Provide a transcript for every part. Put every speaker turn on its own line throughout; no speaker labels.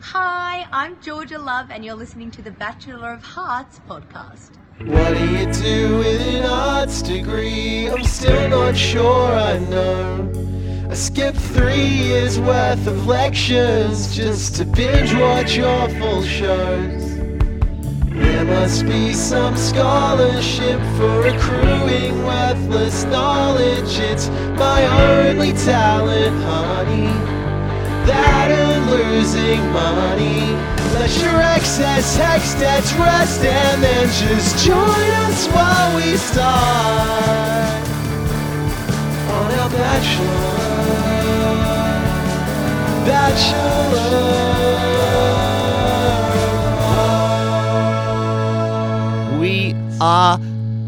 Hi, I'm Georgia Love, and you're listening to the Bachelor of Hearts podcast.
What do you do with an arts degree? I'm still not sure I know. I skipped three years worth of lectures just to binge watch awful shows. There must be some scholarship for accruing worthless knowledge. It's my only talent, honey that and losing money. Let your excess hex debts rest and then just join us while we start on our bachelor. Bachelor.
We are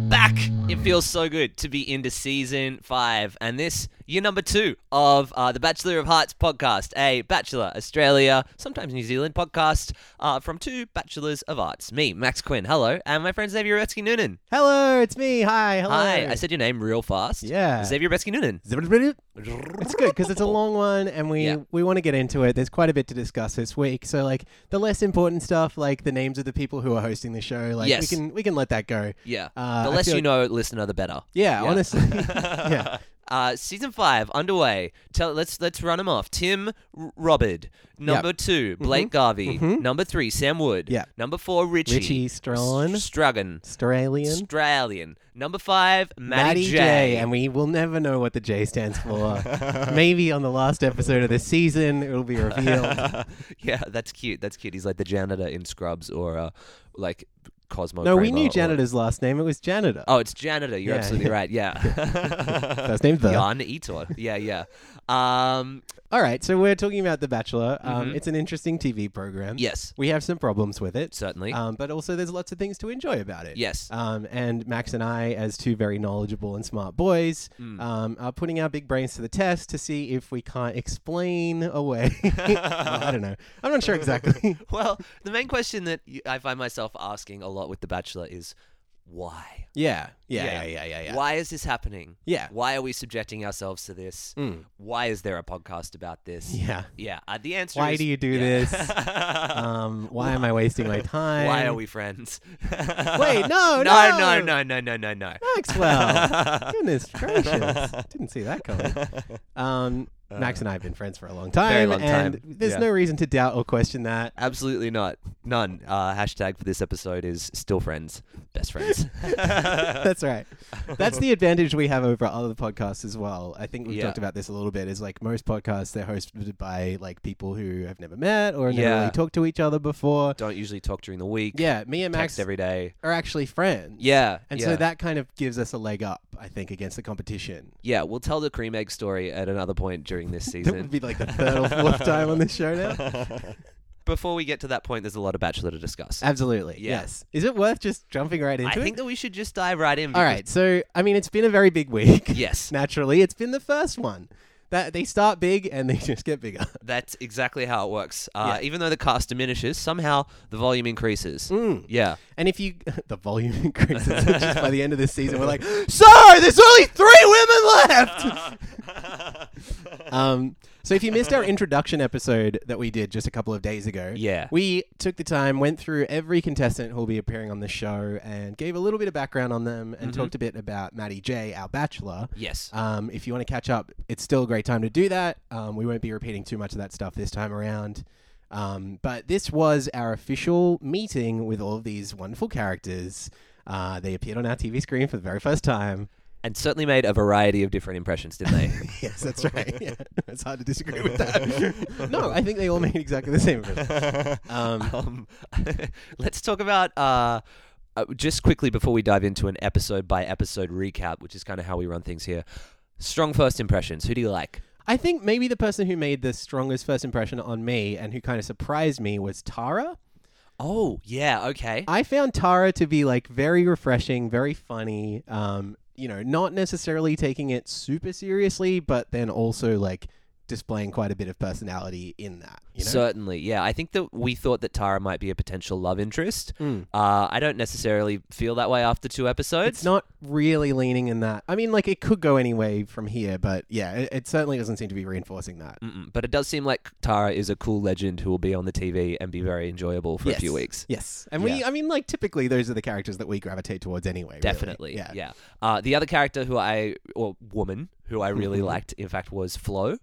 back. It feels so good to be into season five, and this year number two of uh, the Bachelor of Hearts podcast, a Bachelor Australia, sometimes New Zealand podcast uh, from two Bachelors of Arts. Me, Max Quinn, hello, and my friend Xavier Retsky Noonan.
Hello, it's me. Hi, hello.
Hi, I said your name real fast.
Yeah.
Xavier Retsky Noonan.
It's good because it's a long one, and we
Yeah.
we want to get into it. There's quite a bit to discuss this week. So like the less important stuff, like the names of the people who are hosting the show, like
Yes.
we can we can let that go.
Yeah.
Uh,
the
I
less
feel
you
like-
know, listener, the better.
Yeah, honestly. yeah.
Uh, season five underway. Tell let's let's run them off. Tim R- Robbard, number two, Blake Garvey, number three, Sam Wood,
Mm-hmm. Yeah.
number four, Richie,
Richie Strawn.
S- Struggan,
Australian.
Australian, number five, Maddie,
J. and we will never know what the J stands for. Maybe on the last episode of the season, it'll be revealed.
yeah, that's cute. That's cute. He's like the janitor in Scrubs or uh, like Cosmo.
No, we
Kramer
knew
or-
janitor's last name. It was janitor.
Oh, it's janitor. You're
Yeah.
absolutely right. Yeah.
First name the.
Jan Etor. Yeah, yeah. Um,
All right, so we're talking about The Bachelor. Um, It's an interesting TV program.
Mm-hmm. yes,
We have some problems with it.
certainly.
Um, but also, there's lots of things to enjoy about it.
Yes.
Um, and Max and I, as two very knowledgeable and smart boys,
Mm.
um, are putting our big brains to the test to see if we can't explain away. I don't know. I'm not sure exactly.
Well, the main question that y- I find myself asking a lot with The Bachelor is why?
yeah, yeah. Yeah. Yeah. Yeah. Yeah.
Why is this happening?
Yeah. Mm.
Why are we subjecting ourselves to this? Why is there a podcast about this?
Yeah.
Yeah. Uh, the answer
Why
is
do you do this? Um, why am I wasting my time?
Why are we friends?
Wait,
no,
no,
no,
no.
no, no, no, no, no.
Maxwell? Goodness gracious! Didn't see that coming. Um, Max and I have been friends for a long time.
Uh, Very long
and
time.
There's
Yeah.
no reason to doubt or question that.
Absolutely not. None. Uh, hashtag for this episode is still friends, best friends.
That's right. That's the advantage we have over other podcasts as well. I think we've
Yeah.
talked about this a little bit. Is like most podcasts, they're hosted by like people who have never met or never
Yeah.
really talked to each other before.
Don't usually talk during the week.
Yeah, me and Max
Text every day.
are actually friends.
Yeah.
and
yeah.
so that kind of gives us a leg up, I think, against the competition.
Yeah, we'll tell the cream egg story at another point during this
That would
season.
be like the third or fourth time on this show now.
Before we get to that point, there's a lot of Bachelor to discuss.
Absolutely.
Yeah.
Yes. Is it worth just jumping right into
I
it?
think that we should just dive right in.
All
because-
right. So, I mean, it's been a very big week.
Yes.
Naturally, it's been the first one. That they start big and they just get bigger.
That's exactly how it works. Uh, Even though the cast diminishes, somehow the volume increases.
Mm.
Yeah.
And if you, the volume increases just by the end of this season, we're like, sir, there's only three women left. um, so if you missed our introduction episode that we did just a couple of days ago,
Yeah.
we took the time, went through every contestant who'll be appearing on the show, and gave a little bit of background on them, and talked a bit about Maddie J, our bachelor.
Yes.
Um, if you want to catch up, it's still a great time to do that. Um, we won't be repeating too much of that stuff this time around. Um, but this was our official meeting with all of these wonderful characters. Uh, they appeared on our TV screen for the very first time.
and certainly made a variety of different impressions, didn't they?
Yes, that's right. Yeah. it's hard to disagree with that. no, I think they all made exactly the same. impression. Um,
um, let's talk about uh, uh, just quickly before we dive into an episode by episode recap, which is kind of how we run things here. Strong first impressions. Who do you like?
I think maybe the person who made the strongest first impression on me and who kind of surprised me was Tara.
Oh, yeah. Okay.
I found Tara to be like very refreshing, very funny. Um, you know, not necessarily taking it super seriously, but then also like displaying quite a bit of personality in that. You know?
Certainly, yeah. I think that we thought that Tara might be a potential love interest.
Hmm.
Uh, I don't necessarily feel that way after two episodes.
it's not really leaning in that. I mean, like it could go any way from here, but yeah, it, it certainly doesn't seem to be reinforcing that.
Mm-mm. but it does seem like Tara is a cool legend who will be on the TV and be very enjoyable for a
Yes.
few weeks.
Yes, and we.
Yeah.
I mean, like typically those are the characters that we gravitate towards anyway. really.
Definitely, yeah. Uh, the other character who I, or woman who I
Mm-hmm.
really liked, in fact, was Flo.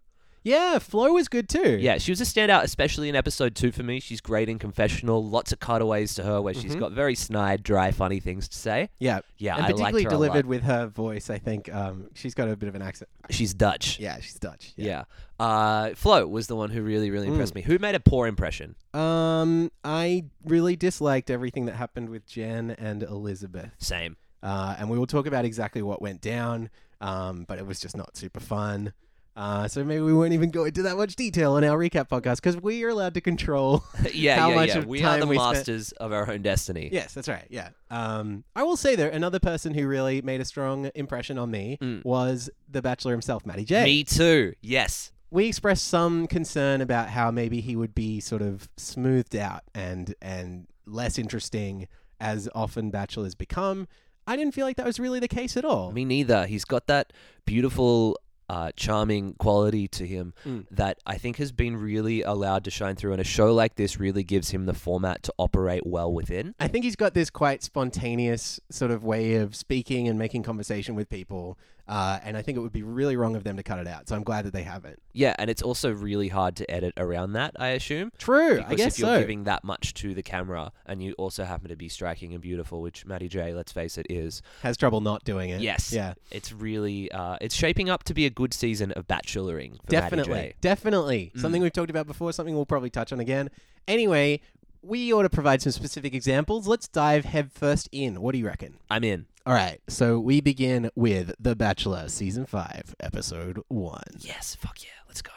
Yeah, Flo was good too.
Yeah, she was a standout, especially in episode two for me. She's great in confessional. Lots of cutaways to her where she's got very snide, dry, funny things to say.
Mm-hmm. yeah,
Yeah,
and
I liked
particularly
her a lot.
delivered with her voice. I think um, she's got a bit of an accent.
She's Dutch.
Yeah, Mm. she's Dutch.
Yeah. Uh, Flo was the one who really, really impressed me. Who made a poor impression?
Um, I really disliked everything that happened with Jen and Elizabeth.
Same.
Uh, and we will talk about exactly what went down. Um, but it was just not super fun. Uh, so maybe we won't even go into that much detail on our recap podcast because we are allowed to control
yeah,
how
yeah,
much
yeah.
of
we
time
are the
we spent-
masters of our own destiny.
Yes, that's right. Yeah. Um, I will say though, another person who really made a strong impression on me was the Bachelor himself, Matty J.
Me too. Yes.
We expressed some concern about how maybe he would be sort of smoothed out and and less interesting as often bachelors become. I didn't feel like that was really the case at all.
Me neither. He's got that beautiful, uh, charming quality to him
Mm.
that I think has been really allowed to shine through. And a show like this really gives him the format to operate well within.
I think he's got this quite spontaneous sort of way of speaking and making conversation with people, uh, and I think it would be really wrong of them to cut it out. So I'm glad that they haven't.
Yeah, and it's also really hard to edit around that, I assume.
True,
Because
I guess
if you're
so.
giving that much to the camera and you also happen to be striking and beautiful, which Maddie J, let's face it, is.
Has trouble not doing it.
Yes.
Yeah.
It's really uh, it's shaping up to be a good season of bacheloring for Maddie
Definitely.
J. Mm.
Definitely. Something we've talked about before, something we'll probably touch on again. Anyway, we ought to provide some specific examples. Let's dive headfirst in. What do you reckon?
I'm in.
All right. So we begin with The Bachelor, Season 5, Episode 1.
Yes, fuck yeah, let's go.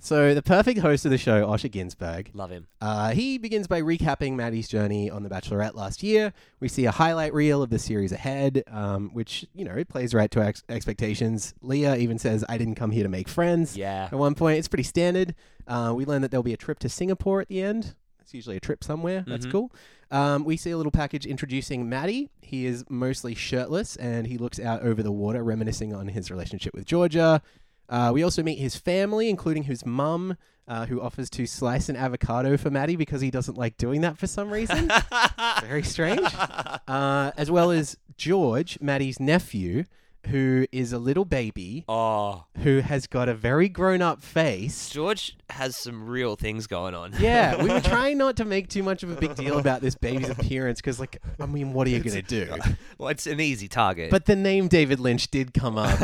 So the perfect host of the show, Osher Ginsburg,
Love him.
Uh, he begins by recapping Maddie's journey on The Bachelorette last year. We see a highlight reel of the series ahead, um, which, you know, it plays right to our ex- expectations. Leah even says, I didn't come here to make friends.
Yeah.
At one point, it's pretty standard. Uh, we learn that there'll be a trip to Singapore at the end. It's usually a trip somewhere. That's cool. Um, we see a little package introducing Maddie. He is mostly shirtless and he looks out over the water, reminiscing on his relationship with Georgia. Uh, we also meet his family, including his mum, uh, who offers to slice an avocado for Maddie because he doesn't like doing that for some reason. Very strange. Uh, as well as George, Maddie's nephew, who is a little baby
Oh,
who has got a very grown up face.
George has some real things going on.
Yeah, we were trying not to make too much of a big deal about this baby's appearance because, like, I mean, what are you going to do?
well, it's an easy target.
But the name David Lynch did come up,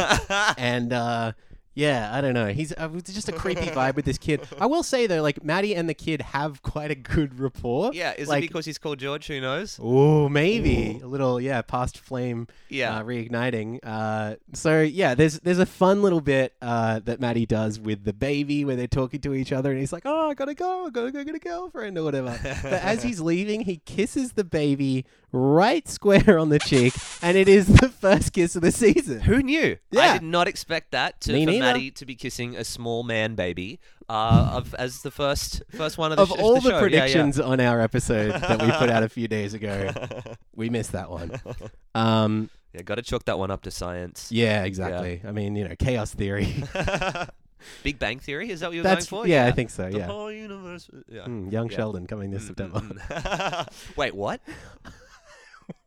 and uh, yeah, I don't know. He's uh, it's just a creepy vibe with this kid. I will say though, like Maddie and the kid have quite a good rapport.
yeah, is
like,
it because he's called George? Who knows?
Oh, maybe a little, yeah, past flame,
Yeah.
uh, reigniting. Uh, so yeah, there's there's a fun little bit uh, that Maddie does with the baby where they're talking to each other, and he's like, "Oh, I gotta go, I gotta go get a girlfriend or whatever." but as he's leaving, he kisses the baby right square on the cheek, and it is the first kiss of the season.
Who knew? I
Yeah.
did not expect that to,
Me
for
neither.
Maddie to be kissing a small man baby uh, of, as the first first one of the
of
sh-
all the,
show. Yeah, yeah.
predictions on our episode that we put out a few days ago, we missed that one. Um,
Yeah, got to chalk that one up to science.
yeah, exactly. I mean, you know, chaos theory.
Big Bang Theory? Is that what you're
That's
going for?
yeah, I think so.
The
Yeah,
whole universe. Yeah. mm.
Mm, Young Sheldon coming this September.
Wait, what?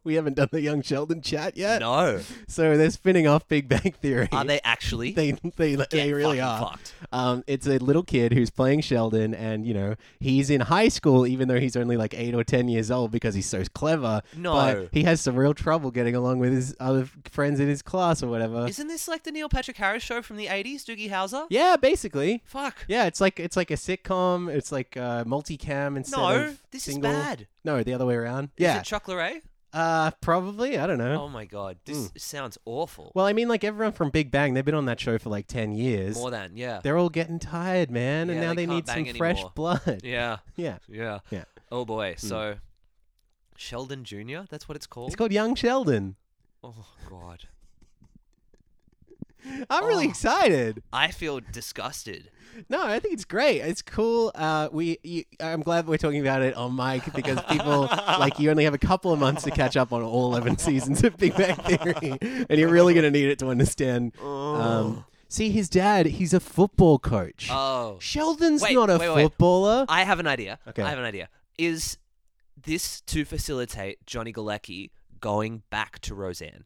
we haven't done the Young Sheldon chat yet,
No.
so they're spinning off Big Bang Theory.
Are they actually?
They they, they
Get
really
fucking
are.
fucked.
Um, it's a little kid who's playing Sheldon, and you know he's in high school, even though he's only like eight or ten years old because he's so clever.
No.
but he has some real trouble getting along with his other f- friends in his class or whatever.
Isn't this like the Neil Patrick Harris show from the 80s, Doogie Howser?
Uh, yeah, basically.
Fuck.
Yeah, it's like it's like a sitcom. It's like uh, multicam instead
No,
of
this
single.
is bad.
No, the other way around.
Is
Yeah,
it Chocolate?
uh, probably. I don't know.
Oh my god, this sounds awful.
Mm. Well, I mean, like everyone from Big Bang, they've been on that show for like ten years.
More than, yeah.
They're all getting tired, man, and
Yeah,
now
they
they,
can't
need some
bang
fresh
anymore.
blood.
Yeah,
Yeah,
yeah.
Yeah. Mm.
Oh boy, so Sheldon Oh. Jr., that's what it's called?
it's called Young Sheldon.
oh god.
I'm really excited.
I feel disgusted.
No, I think it's great. It's cool. Uh, we, you, I'm glad we're talking about it on mic because people like you only have a couple of months to catch up on all 11 seasons of Big Bang Theory, and you're really going to need it to understand. Um, see, his dad, he's a football coach.
Oh.
Sheldon's
Wait,
not a
wait, wait.
footballer.
I have an idea.
Okay.
I have an idea. Is this to facilitate Johnny Galecki going back to Roseanne?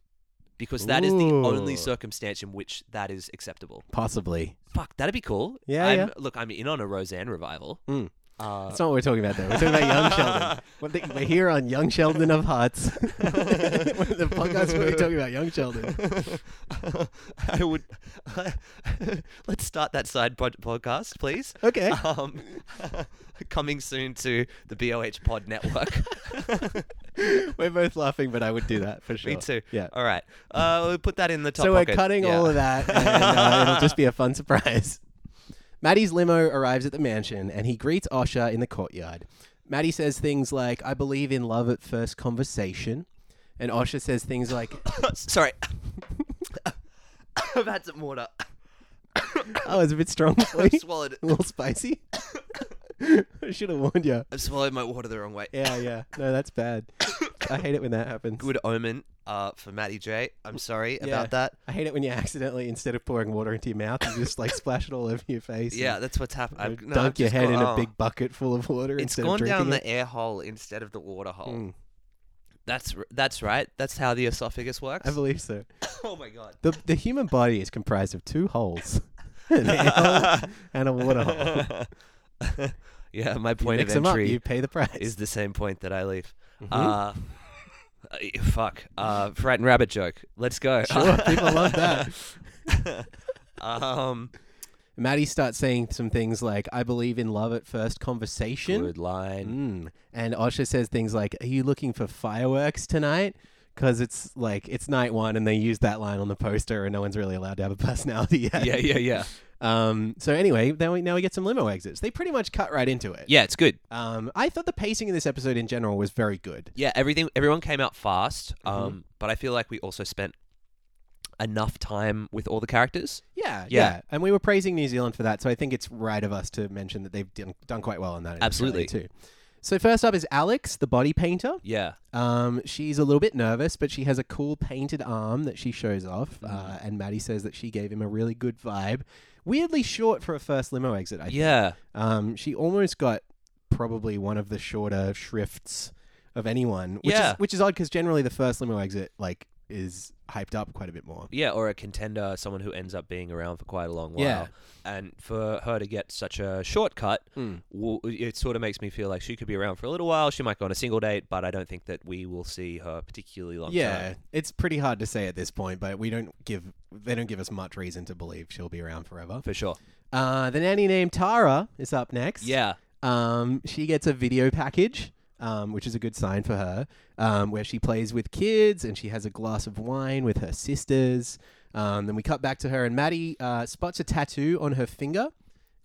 Because that is the only
Ooh.
circumstance in which that is acceptable.
Possibly.
Fuck, that'd be cool.
Yeah,
I'm,
yeah.
Look, I'm in on a Roseanne revival.
Mm.
Uh,
That's not what we're talking about, though. We're talking about young Sheldon. We're thi- We're here on Young Sheldon of Hearts. the podcast where we're talking about young Sheldon.
I would. let's start that side pod- podcast, please.
Okay.
Um, coming soon to the BOH Pod Network.
We're both laughing, but I would do that for sure.
Me too.
Yeah.
All right. Uh, we'll put that in the top.
so we're
pocket.
cutting
Yeah.
all of that, and uh, it'll just be a fun surprise. Maddie's limo arrives at the mansion, and he greets Osha in the courtyard. Maddie says things like, "I believe in love at first conversation," and Osha says things like,
Sorry. I've had some water.
"Oh, it's a bit strong,
I've
please.
swallowed it.
a little spicy." I should have warned you.
I've swallowed my water the wrong way.
Yeah, yeah. No, that's bad. I hate it when that happens.
Good omen uh, for Matty J. I'm sorry
Yeah.
about that.
I hate it when you accidentally, instead of pouring water into your mouth, you just like splash it all over your face. and-
Yeah, that's what's happened.
Or
I've no, I've
dunk your
just
head
gone-
in a
oh.
big bucket full of water
It's
instead
gone
of drinking
down
it.
the air hole instead of the water hole.
Mm.
That's r- that's right. That's how the esophagus works.
I believe so.
oh my god.
The, the human body is comprised of two holes an air hole and a water hole.
yeah, my
You
point
mix
of
them up,
entry
you Mm-hmm. pay the price.
is the same point that I leave. Uh, uh, fuck. Uh, frightened rabbit joke. Let's go.
Sure, people love that.
um,
Maddie starts saying some things like, I believe in love at first conversation.
good line.
Mm. And Osha says things like, Are you looking for fireworks tonight? Because it's like, it's night one and they use that line on the poster and no one's really allowed to have a personality yet.
Yeah, yeah, yeah.
Um, so anyway, then we, now we get some limo exits. They pretty much cut right into it.
Yeah, it's good.
Um, I thought the pacing in this episode in general was very good.
Yeah, everything. Everyone came out fast.
Mm-hmm.
Um, but I feel like we also spent enough time with all the characters.
Yeah, yeah,
Yeah.
And we were praising New Zealand for that, so I think it's right of us to mention that they've done, done quite well on that. in Australia
Absolutely.
too. So first up is Alex, the body painter.
Yeah.
Um, she's a little bit nervous, but she has a cool painted arm that she shows off. Uh,
Mm-hmm.
and Maddie says that she gave him a really good vibe. Weirdly short for a first limo exit. I think.
Yeah.
Um, she almost got probably one of the shorter shrifts of anyone, which
Yeah.
is which is odd because generally the first limo exit like is hyped up quite a bit more.
Yeah, or a contender, someone who ends up being around for quite a long while.
Yeah.
And for her to get such a shortcut,
Hmm.
w it sort of makes me feel like she could be around for a little while. She might go on a single date, but I don't think that we will see her particularly long
Yeah,
term.
it's pretty hard to say at this point, but we don't give they don't give us much reason to believe she'll be around forever.
For sure.
Uh, the nanny named Tara is up next.
Yeah.
Um, she gets a video package, um, which is a good sign for her, um, where she plays with kids and she has a glass of wine with her sisters. Um, then we cut back to her, and Maddie uh, spots a tattoo on her finger.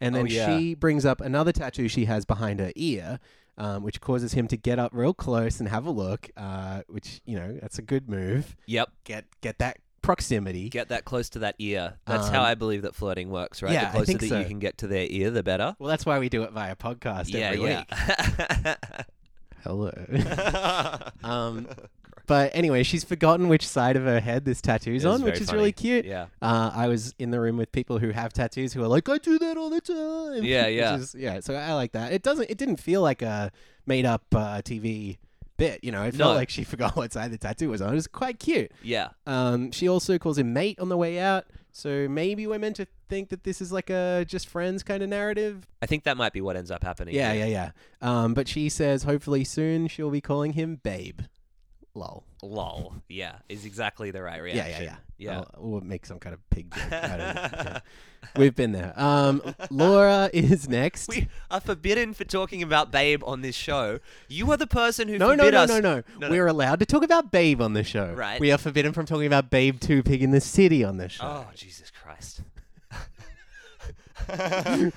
And then
Oh, yeah.
she brings up another tattoo she has behind her ear, um, which causes him to get up real close and have a look, uh, which, you know, that's a good move.
Yep.
Get, get that proximity.
Get that close to that ear. That's how
Um,
I believe that flirting works, right?
yeah,
the
I
closer
think
that
so.
you can get to their ear, the better.
well, that's why we do it via podcast
Yeah,
every
yeah.
week. Hello. Um,
Gross.
but anyway, she's forgotten which side of her head this tattoo's
It was
on,
very
which is
funny.
really cute.
yeah.
Uh, I was in the room with people who have tattoos who are like, I do that all the time.
Yeah,
Which
yeah.
is- yeah. So I like that. It doesn't. It didn't feel like a made up uh, TV bit. You know, it felt
No.
like she forgot what side the tattoo was on. It was quite cute.
Yeah.
Um, she also calls him mate on the way out. So maybe we're meant to think that this is like a just friends kind of narrative.
I think that might be what ends up happening.
Yeah, yeah, yeah. Um, but she says hopefully soon she'll be calling him babe. Lol.
Lol. Yeah. Is exactly the right
Yeah,
reaction.
yeah, yeah.
Yeah.
I'll- we'll make some kind of pig joke. I don't know. Yeah. We've been there. Um, Laura is next.
We are forbidden for talking about Babe on this show. You are the person who
no, no,
forbid
no,
us.
no, no,
No, no.
We're allowed to talk about Babe on the show.
Right.
We are forbidden from talking about Babe 2 Pig in the City on the show.
Oh Jesus Christ! I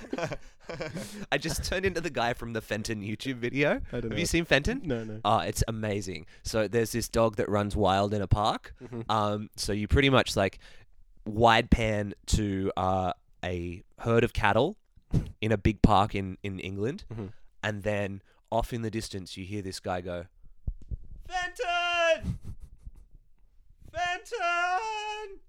just turned into the guy from the Fenton YouTube video.
I don't
Have
know.
you seen Fenton?
No, no.
Oh, it's
Mm-hmm.
amazing. So there's this dog that runs wild in a park. Um, so you pretty much like wide pan to uh, a herd of cattle in a big park in, in England.
Mm-hmm.
And then off in the distance, you hear this guy go, Fenton! Fenton!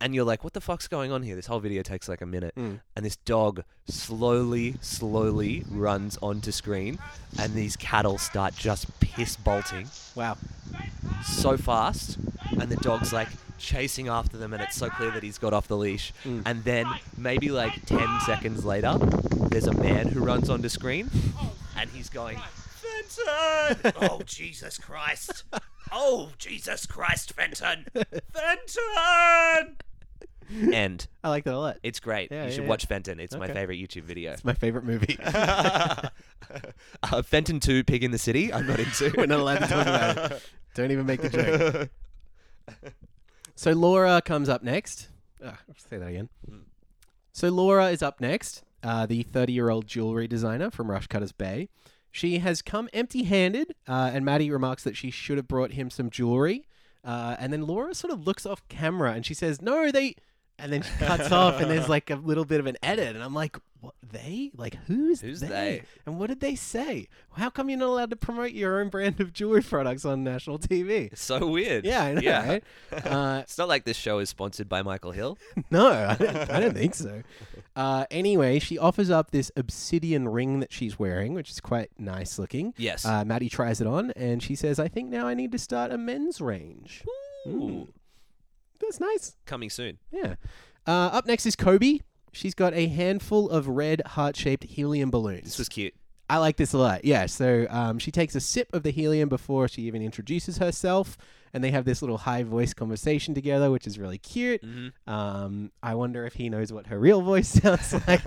And you're like, what the fuck's going on here? This whole video takes like a minute. And this dog slowly, slowly runs onto screen. And these cattle start just piss bolting
Wow.
so fast, and the dog's like chasing after them, and it's so clear that he's got off the leash. And then maybe like 10 seconds later, there's a man who runs onto screen, and he's going, Fenton! Oh, Jesus Christ! Oh, Jesus Christ, Fenton! Fenton! And
I like that a lot.
it's great.
Yeah,
you
yeah,
should
yeah.
watch Fenton. It's my
Okay.
favorite YouTube video.
It's my favorite movie.
uh, Fenton 2, Pig in the City, I'm not into.
We're not allowed to talk about it. Don't even make the joke. So Laura comes up next. Ah, I'll say that again.
Hmm.
So Laura is up next, uh, the 30 year old jewelry designer from Rush Cutters Bay. She has come empty handed, uh, and Maddie remarks that she should have brought him some jewelry. Uh, and then Laura sort of looks off camera and she says, No, they. And then she cuts off, and there's like a little bit of an edit. And I'm like, What? They? Like, who's,
Who's they?
And what did they say? How come you're not allowed to promote your own brand of jewelry products on national TV?
It's so weird.
Yeah, I know, right? Uh,
It's not like this show is sponsored by Michael Hill.
No, I don't, I don't think so. Uh, anyway, she offers up this obsidian ring that she's wearing, which is quite nice looking.
Yes.
Uh, Maddie tries it on and she says, I think now I need to start a men's range. Hmm.
Ooh.
That's nice.
Coming soon.
Yeah. Uh, up next is Kobe. She's got a handful of red heart shaped helium balloons.
This was cute.
I like this a lot. Yeah. So um, she takes a sip of the helium before she even introduces herself, and they have this little high voice conversation together, which is really cute. Um, I wonder if he knows what her real voice sounds like.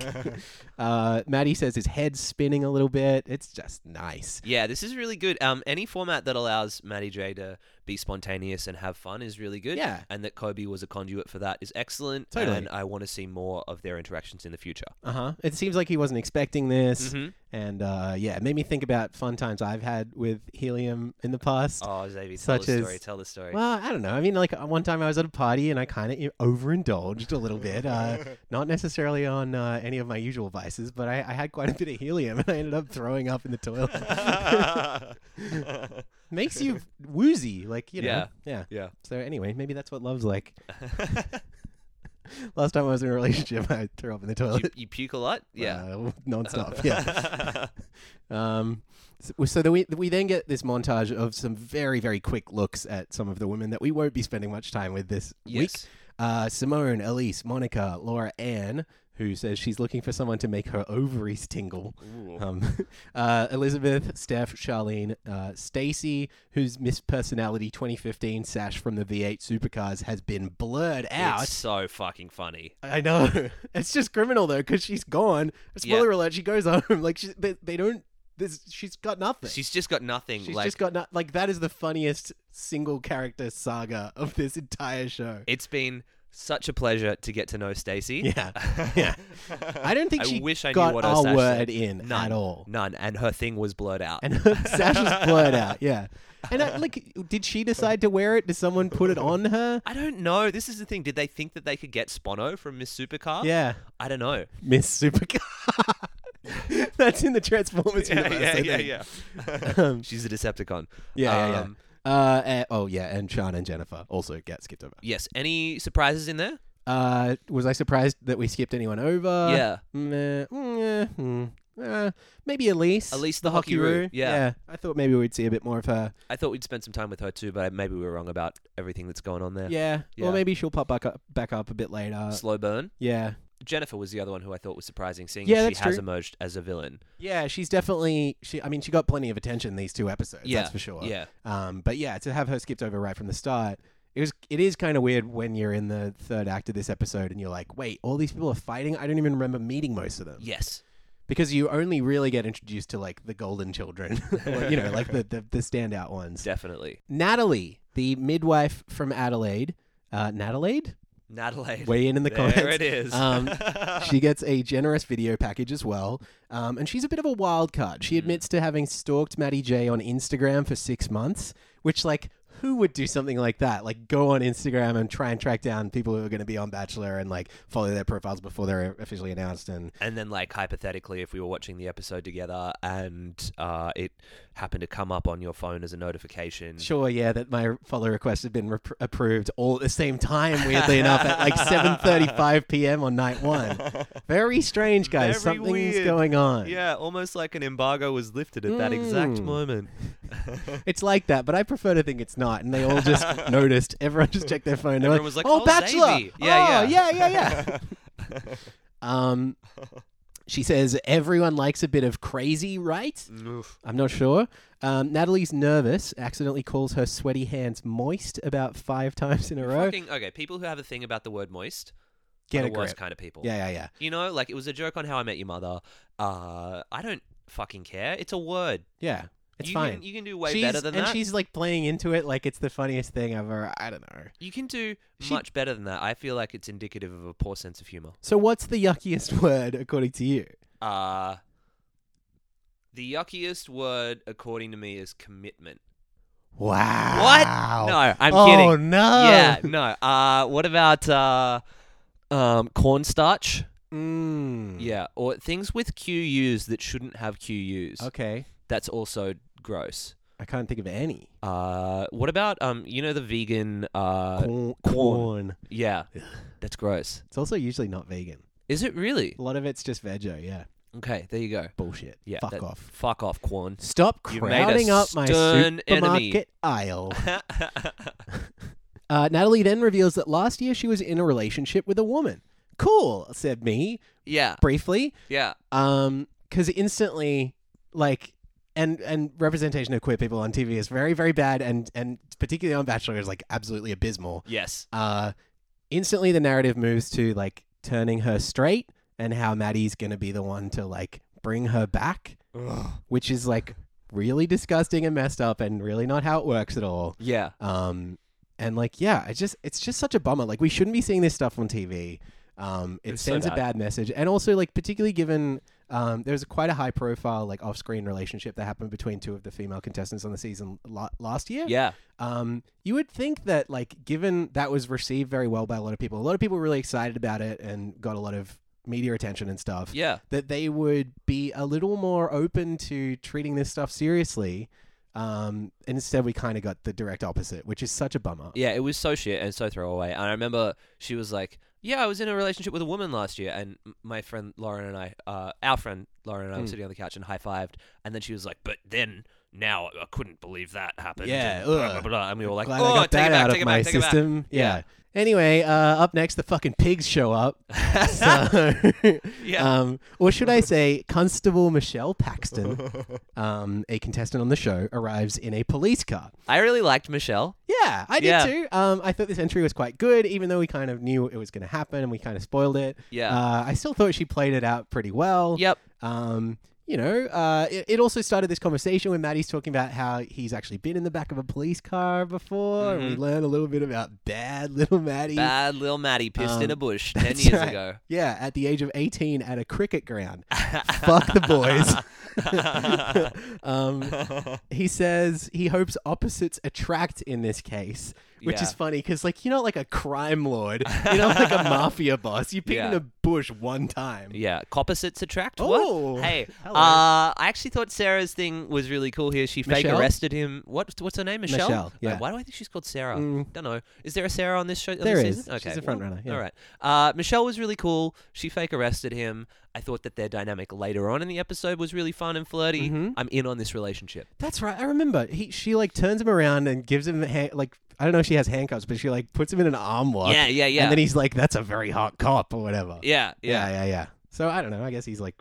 uh, Maddie says his head's spinning a little bit. It's just nice.
Yeah, this is really good. Um, any format that allows Maddie J to be spontaneous and have fun is really good.
Yeah.
And that Kobe was a conduit for that is excellent.
Totally.
And I want to see more of their interactions in the future.
Uh huh. It seems like he wasn't expecting this.
Mhm.
And uh, yeah, it made me think about fun times I've had with helium in the past.
Oh, Xavier, tell
Such
the
as-
story. Tell the story.
Well, I don't know. I mean, like uh, one time I was at a party and I kind of overindulged a little bit. Uh, not necessarily on uh, any of my usual vices, but I, I had quite a bit of helium and I ended up throwing up in the toilet. Makes you woozy, like you know.
Yeah.
yeah.
yeah.
So anyway, maybe that's what love's like. Last time I was in a relationship, I threw up in the toilet.
You, you puke a lot? Yeah.
uh, nonstop. Yeah. um, so, so then we we then get this montage of some very very quick looks at some of the women that we won't be spending much time with this week.
Yes.
Uh, Simone, Elise, Monica, Laura Ann, who says she's looking for someone to make her ovaries tingle. Um, uh, Elizabeth, Steph, Charlene, uh, Stacy, whose Miss Personality 2015 sash from the V8 supercars has been blurred out.
It's so fucking funny.
I know. It's just criminal though, because she's gone. Spoiler alert: she goes home. Like she, they, they don't. This she's got nothing.
She's just got nothing.
She's
like,
just got no, like that is the funniest single character saga of this entire show.
it's been such a pleasure to get to know Stacey.
Yeah, yeah. I don't think
I
she
wish I knew
got
what her
a
sash
word
said.
in
None.
at all,
None. And her thing was blurred out.
and her sash was blurred out. Yeah, and I, like, did she decide to wear it? Did someone put it on her?
I don't know. This is the thing. Did they think that they could get Spono from Miss Supercar?
Yeah,
I don't know.
Miss Supercar. That's in the Transformers universe. I think. Um,
She's a Decepticon.
Yeah, yeah, yeah.
Um,
Uh, eh, oh yeah, and Sean and Jennifer also get skipped over.
Yes. Any surprises in there?
Uh, was I surprised that we skipped anyone over?
Yeah.
Meh, mm, eh, mm, eh. maybe Elise.
Elise the Hockey-Roo, yeah.
I thought maybe we'd see a bit more of her.
I thought we'd spend some time with her too, but maybe we were wrong about everything that's going on there.
Yeah.
Yeah.
Or maybe she'll pop back up, back up a bit later.
Slow burn.
yeah.
Jennifer was the other one who I thought was surprising, seeing
Yeah,
as she
that's
has
true.
emerged as a villain.
Yeah, she's definitely she. I mean, she got plenty of attention these two episodes.
Yeah,
That's for sure.
yeah.
Um, but yeah, to have her skipped over right from the start, it was it is kind of weird when you're in the third act of this episode and you're like, wait, all these people are fighting. I don't even remember meeting most of them
Yes.
because you only really get introduced to like the golden children, Or, you know, like the, the the standout ones.
Definitely.
Natalie, the midwife from Adelaide. Uh, Natalie,
Natalie.
weigh in in the
There
comments.
it is.
Um, she gets a generous video package as well. Um, and she's a bit of a
Hmm.
wild card. She admits to having stalked Maddie J on Instagram for six months, which, like, who would do something like that? Like go on Instagram and try and track down people who are going to be on Bachelor and like follow their profiles before they're officially announced. And
And then, like hypothetically, if we were watching the episode together and uh, it happened to come up on your phone as a notification,
sure, yeah, that my follow request had been rep- approved all at the same time. Weirdly enough, at like 7:35 p.m. on night one. Very strange, guys.
Very
Something's
weird.
going on.
Yeah, almost like an embargo was lifted at that exact
Mm.
moment.
It's like that, but I prefer to think it's not. And they all just noticed. Everyone just checked their phone. They're
Everyone was like, "Oh,
Bachelor!
Zazie." Yeah,
Oh,
yeah.
yeah, yeah, yeah." um, she says everyone likes a bit of crazy, right?
Oof.
I'm not sure. Um, Natalie's nervous. Accidentally calls her sweaty hands moist about five times in a row.
Fucking- okay, people who have a thing about the word moist
Get
are
a
the worst
grip.
kind of people.
Yeah, yeah, yeah,
You know, like it was a joke on How I Met Your Mother. Uh, I don't fucking care. It's a word.
yeah. It's
you
fine.
Can, you can do way
she's,
better than
and
that.
she's like playing into it like it's the funniest thing ever. I don't know.
you can do
She-
much better than that. I feel like it's indicative of a poor sense of humor.
So what's the yuckiest word according to you?
Uh, the yuckiest word, according to me, is commitment.
Wow.
What? No, I'm
oh,
kidding.
no.
Yeah, no. Uh, what about uh, um, cornstarch?
Mm.
Yeah, or things with QUs that shouldn't have QUs.
Okay.
That's also gross.
I can't think of any.
Uh, what about um, you know the vegan? Uh,
Corn.
corn. yeah, that's gross.
It's also usually not vegan.
Is it really?
A lot of it's just veggie. Yeah.
Okay, there you go.
Bullshit.
Yeah,
Fuck
that-
off.
Fuck off, corn.
Stop
You've made a
crowding up my
stern
supermarket
enemy.
aisle. Uh, Natalie then reveals that last year she was in a relationship with a woman. Cool, said me
yeah,
briefly.
yeah.
um because instantly like and and representation of queer people on tv is very very bad and and particularly on bachelor is like absolutely abysmal
Yes.
uh instantly the narrative moves to like turning her straight and how maddie's gonna be the one to like bring her back which is like really disgusting and messed up and really not how it works at all
Yeah.
um and like yeah i just it's just such a bummer like we shouldn't be seeing this stuff on tv um it
It's so
sends a
bad.
bad message and also like particularly given um there was quite a high profile like off-screen relationship that happened between two of the female contestants on the season lo- last year
Yeah.
um you would think that like given that was received very well by a lot of people a lot of people were really excited about it and got a lot of media attention and stuff
Yeah.
that they would be a little more open to treating this stuff seriously. Um, and instead, we kind of got the direct opposite, which is such a bummer.
Yeah, it was so shit and so throwaway. And I remember she was like, "Yeah, I was in a relationship with a woman last year." And m- my friend Lauren and I, uh, our friend Lauren and
Hmm.
I, were sitting on the couch and high fived. And then she was like, "But then now I couldn't believe that happened."
Yeah,
and, blah,
ugh.
blah, blah." and we were like,
Glad
"Oh,
I
take
got that
it back,
out
take
of
it
my
back, take it back."
system. Yeah. Anyway, uh, up next, the fucking pigs show up. So,
Yeah.
um, or should I say, Constable Michelle Paxton, um, a contestant on the show, arrives in a police car.
I really liked Michelle.
Yeah, I did
Yeah.
too. Um, I thought this entry was quite good, even though we kind of knew it was going to happen and we kind of spoiled it.
Yeah.
Uh, I still thought she played it out pretty well.
Yep.
Um, you know, uh, it, it also started this conversation when Maddie's talking about how he's actually been in the back of a police car before, and we learn a little bit about bad little Maddie.
Mm-hmm. Bad little Maddie pissed in
Um,
a bush ten
That's
years
right.
ago.
Yeah, at the age of 18 at a cricket ground. Fuck the boys. um, he says he hopes opposites attract in this case, which is
Yeah.
funny because, like, you're not like a crime lord, you're not like a mafia boss. You picked in
Yeah.
a bush one time.
Yeah, copposites attract.
Oh,
what? Hey,
hello.
uh, I actually thought Sarah's thing was really cool here. She fake
Michelle?
arrested him. What? What's her name? Michelle.
Michelle,
Wait,
yeah.
why do I think she's called Sarah?
Mm.
Don't know. Is there a Sarah on this show? on
There
this
is.
season? Okay,
She's a front
well,
runner, yeah.
All right. Uh, Michelle was really cool. She fake arrested him. I thought that their dynamic later on in the episode was really fun and flirty.
Mm-hmm.
I'm in on this relationship.
That's right. I remember. He she like turns him around and gives him ha- like I don't know if she has handcuffs, but she like puts him in an arm lock.
Yeah, yeah, yeah.
And then he's like, "That's a very hot cop" or whatever.
Yeah, yeah.
yeah, yeah. yeah. So I don't know. I guess he's like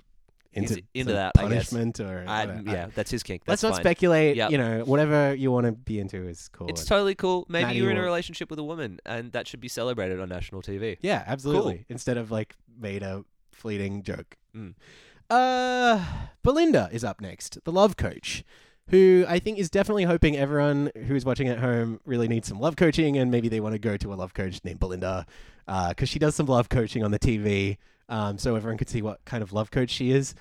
He's
into,
into
some
that, I guess.
punishment or
I-
whatever.
yeah, that's his kink.
Let's
That's
not
fine.
speculate.
Yep.
You know, whatever you want to be into is cool.
It's
and-
totally cool. Maybe
Maddie
you're in a
will-
relationship with a woman, and that should be celebrated on national TV.
yeah, absolutely. Instead of like made a fleeting joke.
Mm.
Uh, Belinda is up next, the love coach, who I think is definitely hoping everyone who is watching at home really needs some love coaching, and maybe they want to go to a love coach named Belinda, because she does some love coaching on the TV, um, so everyone can see what kind of love coach she is.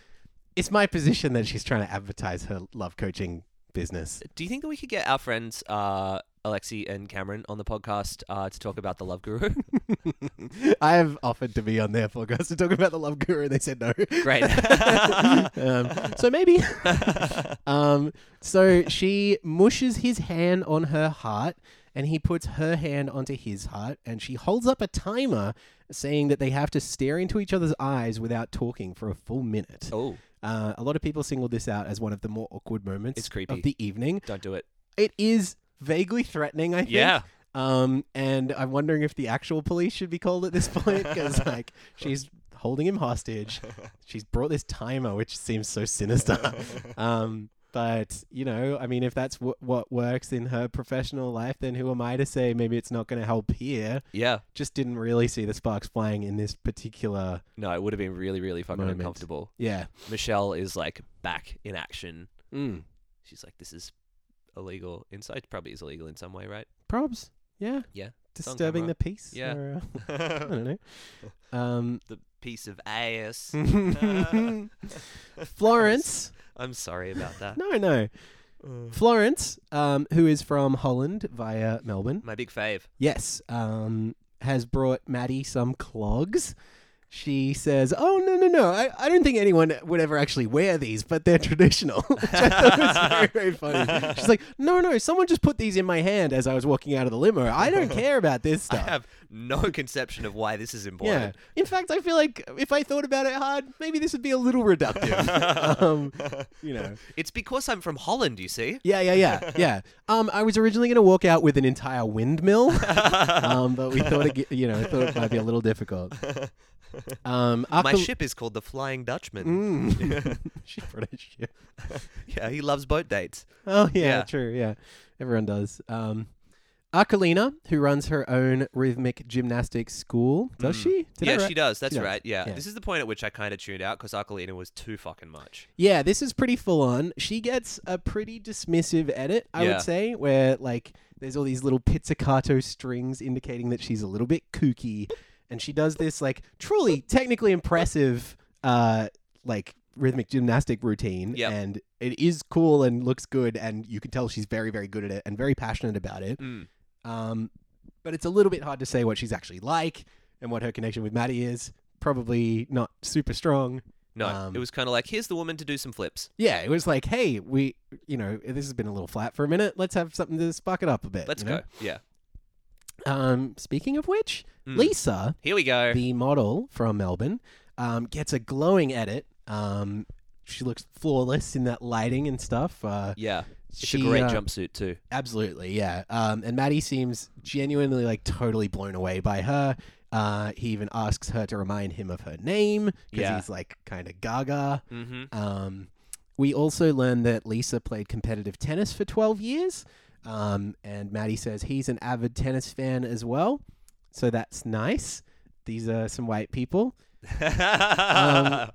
It's my position that she's trying to advertise her love coaching business.
Do you think that we could get our friends uh, Alexi and Cameron on the podcast uh, to talk about the Love Guru.
I have offered to be on their podcast to talk about the Love Guru, and they said no.
Great.
um, so maybe. um, so she mushes his hand on her heart, and he puts her hand onto his heart, and she holds up a timer saying that they have to stare into each other's eyes without talking for a full minute.
oh,
Uh, a lot of people singled this out as one of the more awkward moments
It's creepy.
of the evening.
don't do it.
It is vaguely threatening, I think.
Yeah.
Um, and I'm wondering if the actual police should be called at this point because, like, she's holding him hostage. She's brought this timer, which seems so sinister. um, but you know, I mean, if that's w- what works in her professional life, then who am I to say maybe it's not going to help here?
Yeah.
Just didn't really see the sparks flying in this particular.
No, it would have been really, really fucking
Moment.
uncomfortable.
Yeah.
Michelle is like back in action.
Mm.
She's like, this is illegal inside. Probably is illegal in some way, right?
Probs. Yeah.
Yeah. It's on
Disturbing
camera.
the peace.
Yeah.
or, uh, I
the
don't know. Um,
piece of ass.
Florence.
I'm sorry about that.
No, no. Florence, um, who is from Holland via Melbourne,
My big fave.
yes, um, has brought Maddie some clogs. She says, "Oh no, no, no! I, I don't think anyone would ever actually wear these, but they're traditional." Which I thought was very, very funny. She's like, "No, no! Someone just put these in my hand as I was walking out of the limo. I don't care about this
I
stuff."
have no conception of why this is
Yeah.
important.
In fact, I feel like if I thought about it hard, maybe this would be a little reductive. um, you know.
It's because I'm from Holland, you see.
Yeah, yeah, yeah, yeah. Um, I was originally going to walk out with an entire windmill, um, but we thought it, ge- you know, I thought it might be a little difficult. Um, after,
My ship is called the Flying Dutchman.
Mm. She brought a ship.
Yeah, he loves boat dates.
Oh yeah,
Yeah.
true. Yeah, everyone does. Um, Akalina, who runs her own rhythmic gymnastics school, does she? Did I
Mm. yeah,
write-
she does. That's
does.
right. Yeah.
Yeah.
This is the point at which I kind of tuned out because Aquilina was too fucking much.
Yeah, this is pretty full on. She gets a pretty dismissive edit, I
Yeah.
would say, where like there's all these little pizzicato strings indicating that she's a little bit kooky, and she does this like truly technically impressive uh like rhythmic gymnastic routine
Yep.
and it is cool and looks good and you can tell she's very very good at it and very passionate about it.
Mm.
Um but it's a little bit hard to say what she's actually like and what her connection with Maddie is. Probably not super strong.
No,
Um,
it was kind of like, here's the woman to do some flips.
Yeah, it was like, hey, we, you know, this has been a little flat for a minute. Let's have something to spark it up a bit.
Let's
you know?
go. Yeah.
Um, speaking of which,
Mm.
Lisa,
Here we go.
the model from Melbourne, um, gets a glowing edit. Um, she looks flawless in that lighting and stuff. Uh,
yeah. It's
she,
a great
uh,
jumpsuit, too.
Absolutely, yeah. Um, and Maddie seems genuinely like totally blown away by her. Uh, he even asks her to remind him of her name because
Yeah.
he's like kind of gaga.
Mm-hmm.
Um, we also learned that Lisa played competitive tennis for 12 years. Um, and Maddie says he's an avid tennis fan as well. So that's nice. These are some white people. Um,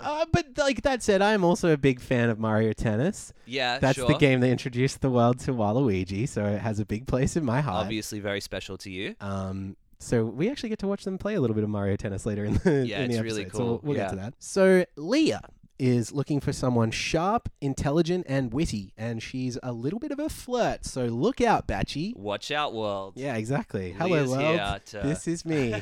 Uh, but like that said, I'm also a big fan of Mario Tennis.
yeah,
That's the
Uh, sure.
game that introduced the world to Waluigi, so it has a big place in my heart.
Obviously, very special to you.
Um, so we actually get to watch them play a little bit of Mario Tennis later in the
Yeah,
in
it's
the episode.
really
So we'll,
cool.
we'll
Yeah.
get to that. So Leah is looking for someone sharp, intelligent, and witty, and she's a little bit of a flirt. So look out, Batchy.
Watch out, world.
Yeah, exactly. Hello,
Leah's
world.
here to-
This is me.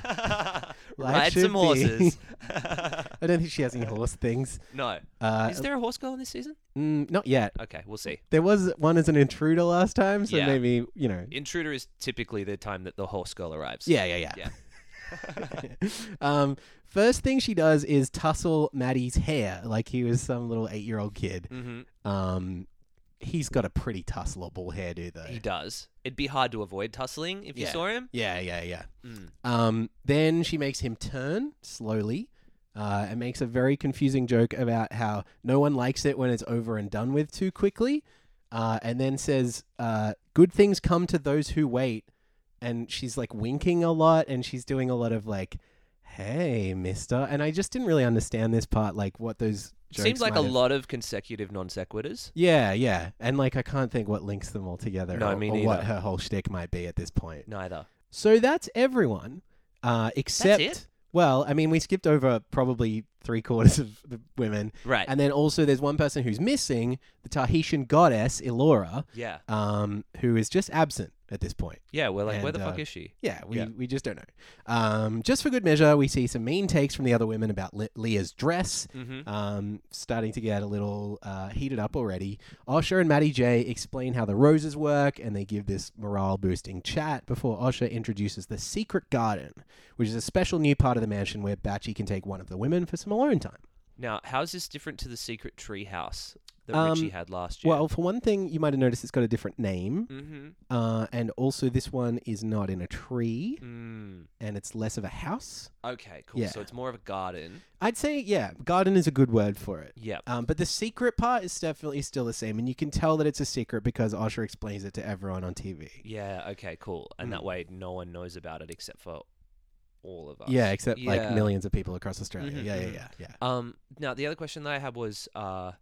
Ride
should
some
be.
horses.
I don't think she has any horse things.
no.
Uh,
Is there a horse girl in this season?
mm, not yet.
Okay, we'll see.
There was one as an intruder last time, so
Yeah.
maybe you know.
Intruder is typically the time that the horse girl arrives.
Yeah, yeah, yeah.
Yeah.
um, first thing she does is tussle Maddie's hair like he was some little eight year old kid.
hmm
Um, he's got a pretty tussleable hairdo though.
He does. It'd be hard to avoid tussling if you
Yeah.
saw him.
Yeah, yeah, yeah.
Mm.
Um, then she makes him turn slowly. Uh, and makes a very confusing joke about how no one likes it when it's over and done with too quickly. Uh, and then says, uh, Good things come to those who wait. And she's like winking a lot and she's doing a lot of like, Hey, mister. And I just didn't really understand this part, like what those jokes
Seems like
might
a
have-
lot of consecutive non sequiturs.
Yeah, yeah. And like, I can't think what links them all together
No,
or,
me
or what
neither.
her whole shtick might be at this point.
Neither.
So that's everyone, uh, except
it?
Well, I mean, we skipped over probably three quarters of the women.
Right.
And then also, there's one person who's missing the Tahitian goddess, Elora,
Yeah.
um, who is just absent at this point.
Yeah. We're like, where the
And,
fuck
uh,
is she?
Yeah, we,
Yeah.
we just don't know. Um, just for good measure, we see some mean takes from the other women about Le- Leah's dress,
Mm-hmm.
um, starting to get a little uh, heated up already. Osha and Maddie J explain how the roses work, and they give this morale boosting chat before Osha introduces the secret garden, which is a special new part of the mansion where Batchy can take one of the women for some alone time.
Now, how is this different to the secret tree house that
Um,
Richie had last year?
Well, for one thing, you might have noticed it's got a different name,
Mm-hmm.
uh, and also this one is not in a tree,
Mm.
and it's less of a house.
Okay, cool.
Yeah.
So it's more of a garden.
I'd say, yeah, garden is a good word for it.
Yep.
Um, but the secret part is definitely still the same, and you can tell that it's a secret because Osher explains it to everyone on TV.
Yeah. Okay. Cool.
mm.
And that way, no one knows about it except for all of us.
Yeah, except like
Yeah.
millions of people across Australia.
Mhm,
Yeah, yeah,
mhm.
yeah, yeah.
Um. Now, the other question that I had was, uh,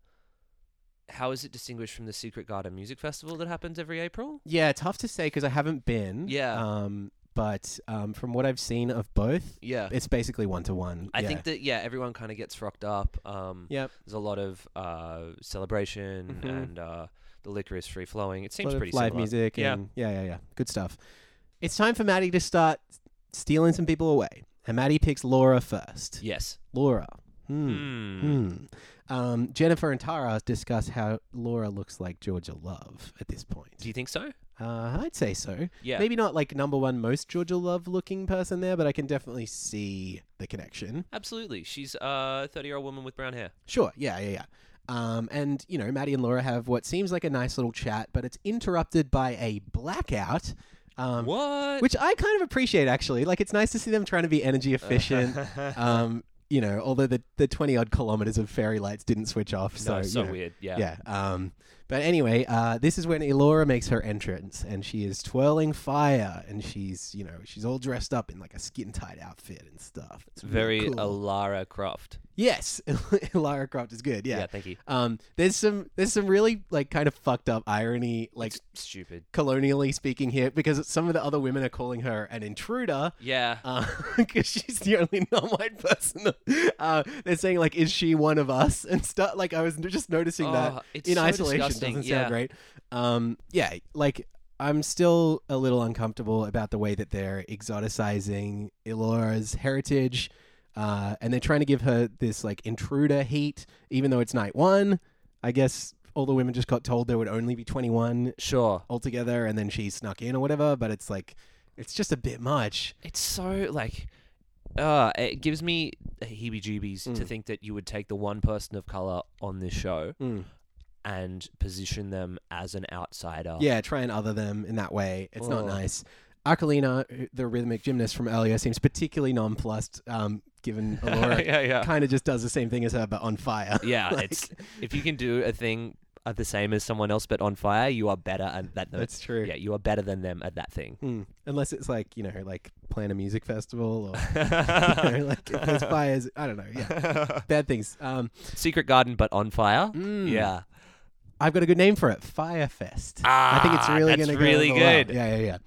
how is it distinguished from the Secret Garden Music Festival that happens every April?
Yeah, tough to say because I haven't been.
Yeah.
Um, but um, from what I've seen of both,
Yeah.
it's basically one to one.
I think that yeah, everyone kind of gets rocked up. Um,
Yep.
There's a lot of uh, celebration
Mhm.
and uh, the liquor is free flowing. It seems
lot of
pretty
live
similar.
music.
Yeah.
And yeah, yeah, yeah. Good stuff. It's time for Maddie to start stealing some people away, and Maddie picks Laura first.
Yes.
Laura. Hmm.
Mm.
Hmm. Um, Jennifer and Tara discuss how Laura looks like Georgia Love at this
Do
point.
you think so?
Uh, I'd say so.
Yeah.
Maybe not like number one most Georgia Love looking person there, but I can definitely see the connection.
Absolutely. She's a 30 year old woman with brown hair.
Sure. Yeah. Yeah. Yeah. Um, and you know, Maddie and Laura have what seems like a nice little chat, but it's interrupted by a blackout. Um,
What?
Which I kind of appreciate actually. Like it's nice to see them trying to be energy efficient. um, you know, although the the twenty odd kilometers of fairy lights didn't switch off, so
no, so
you know,
weird. Yeah.
Yeah. Um, but anyway, uh, this is when Elora makes her entrance, and she is twirling fire, and she's you know she's all dressed up in like a skin tight outfit and stuff. It's
Very
really cool.
Alara Croft.
yes, Elora Croft is good. Yeah.
Yeah. Thank you.
Um, there's some there's some really like kind of fucked up irony like
It's stupid.
colonially speaking here because some of the other women are calling her an intruder
Yeah.
because she's the only non-white person. Uh, they're saying like, is she one of us and stuff? Like I was just noticing
Oh,
that
it's
in
so
isolation
disgusting,
doesn't
yeah.
sound great. Um, yeah, like I'm still a little uncomfortable about the way that they're exoticizing Elora's heritage, uh, and they're trying to give her this like intruder heat, even though it's night one. I guess all the women just got told there would only be 21
sure.
altogether, and then she snuck in or whatever. But it's like. It's just a bit much.
It's so like. Uh, it gives me heebie jeebies to
Mm.
think that you would take the one person of color on this show
Mm.
and position them as an outsider.
Yeah, try and other them in that way. It's not
Ugh.
nice. Akalina, who- the rhythmic gymnast from earlier, seems particularly nonplussed, um, given Alora
yeah, yeah.
kind of just does the same thing as her, but on fire.
Yeah,
Like,
it's if you can do a thing uh, the same as someone else but on fire, you are better at that.
that's true.
Yeah, you are better than them at that thing.
Hmm. Unless it's like you know, like plan a music festival or you know, like if there's fires. I don't know. Yeah, bad things. Um,
Secret garden but on fire.
mm,
Yeah.
I've got a good name for it. Firefest. I think it's
Ah,
really
that's
going to
really
go
good.
Well. Yeah, yeah, yeah.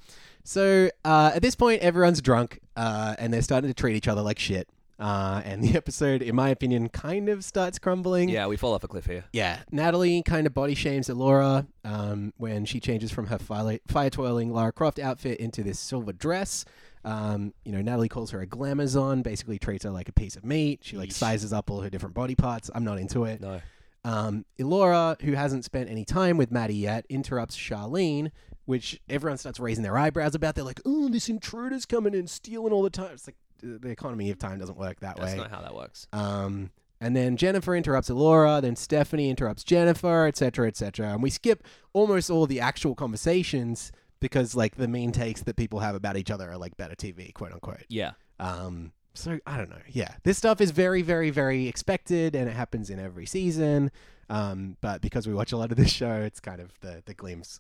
So uh, at this point, everyone's drunk uh, and they're starting to treat each other like shit. Uh, and the episode, in my opinion, kind of starts crumbling.
Yeah, we fall off a cliff here.
Yeah. Natalie kind of body shames Elora um, when she changes from her fire, fire twirling Lara Croft outfit into this silver dress. Um, you know, Natalie calls her a glamazon, basically treats her like a piece of meat. She like
Yeesh.
sizes up all her different body parts. I'm not into it.
No.
Um, Elora, who hasn't spent any time with Maddie yet, interrupts Charlene, which everyone starts raising their eyebrows about. They're like, "Ooh, this intruder's coming in, stealing all the time." It's like uh, the economy of time doesn't work that
That's
way.
not how that works.
um, and then Jennifer interrupts Elora, then Stephanie interrupts Jennifer, etc., etc. And we skip almost all the actual conversations because, like, the mean takes that people have about each other are like better TV, quote unquote.
Yeah.
Um, so I don't know. Yeah, this stuff is very, very, very expected, and it happens in every season. Um, but because we watch a lot of this show, it's kind of the the glimpse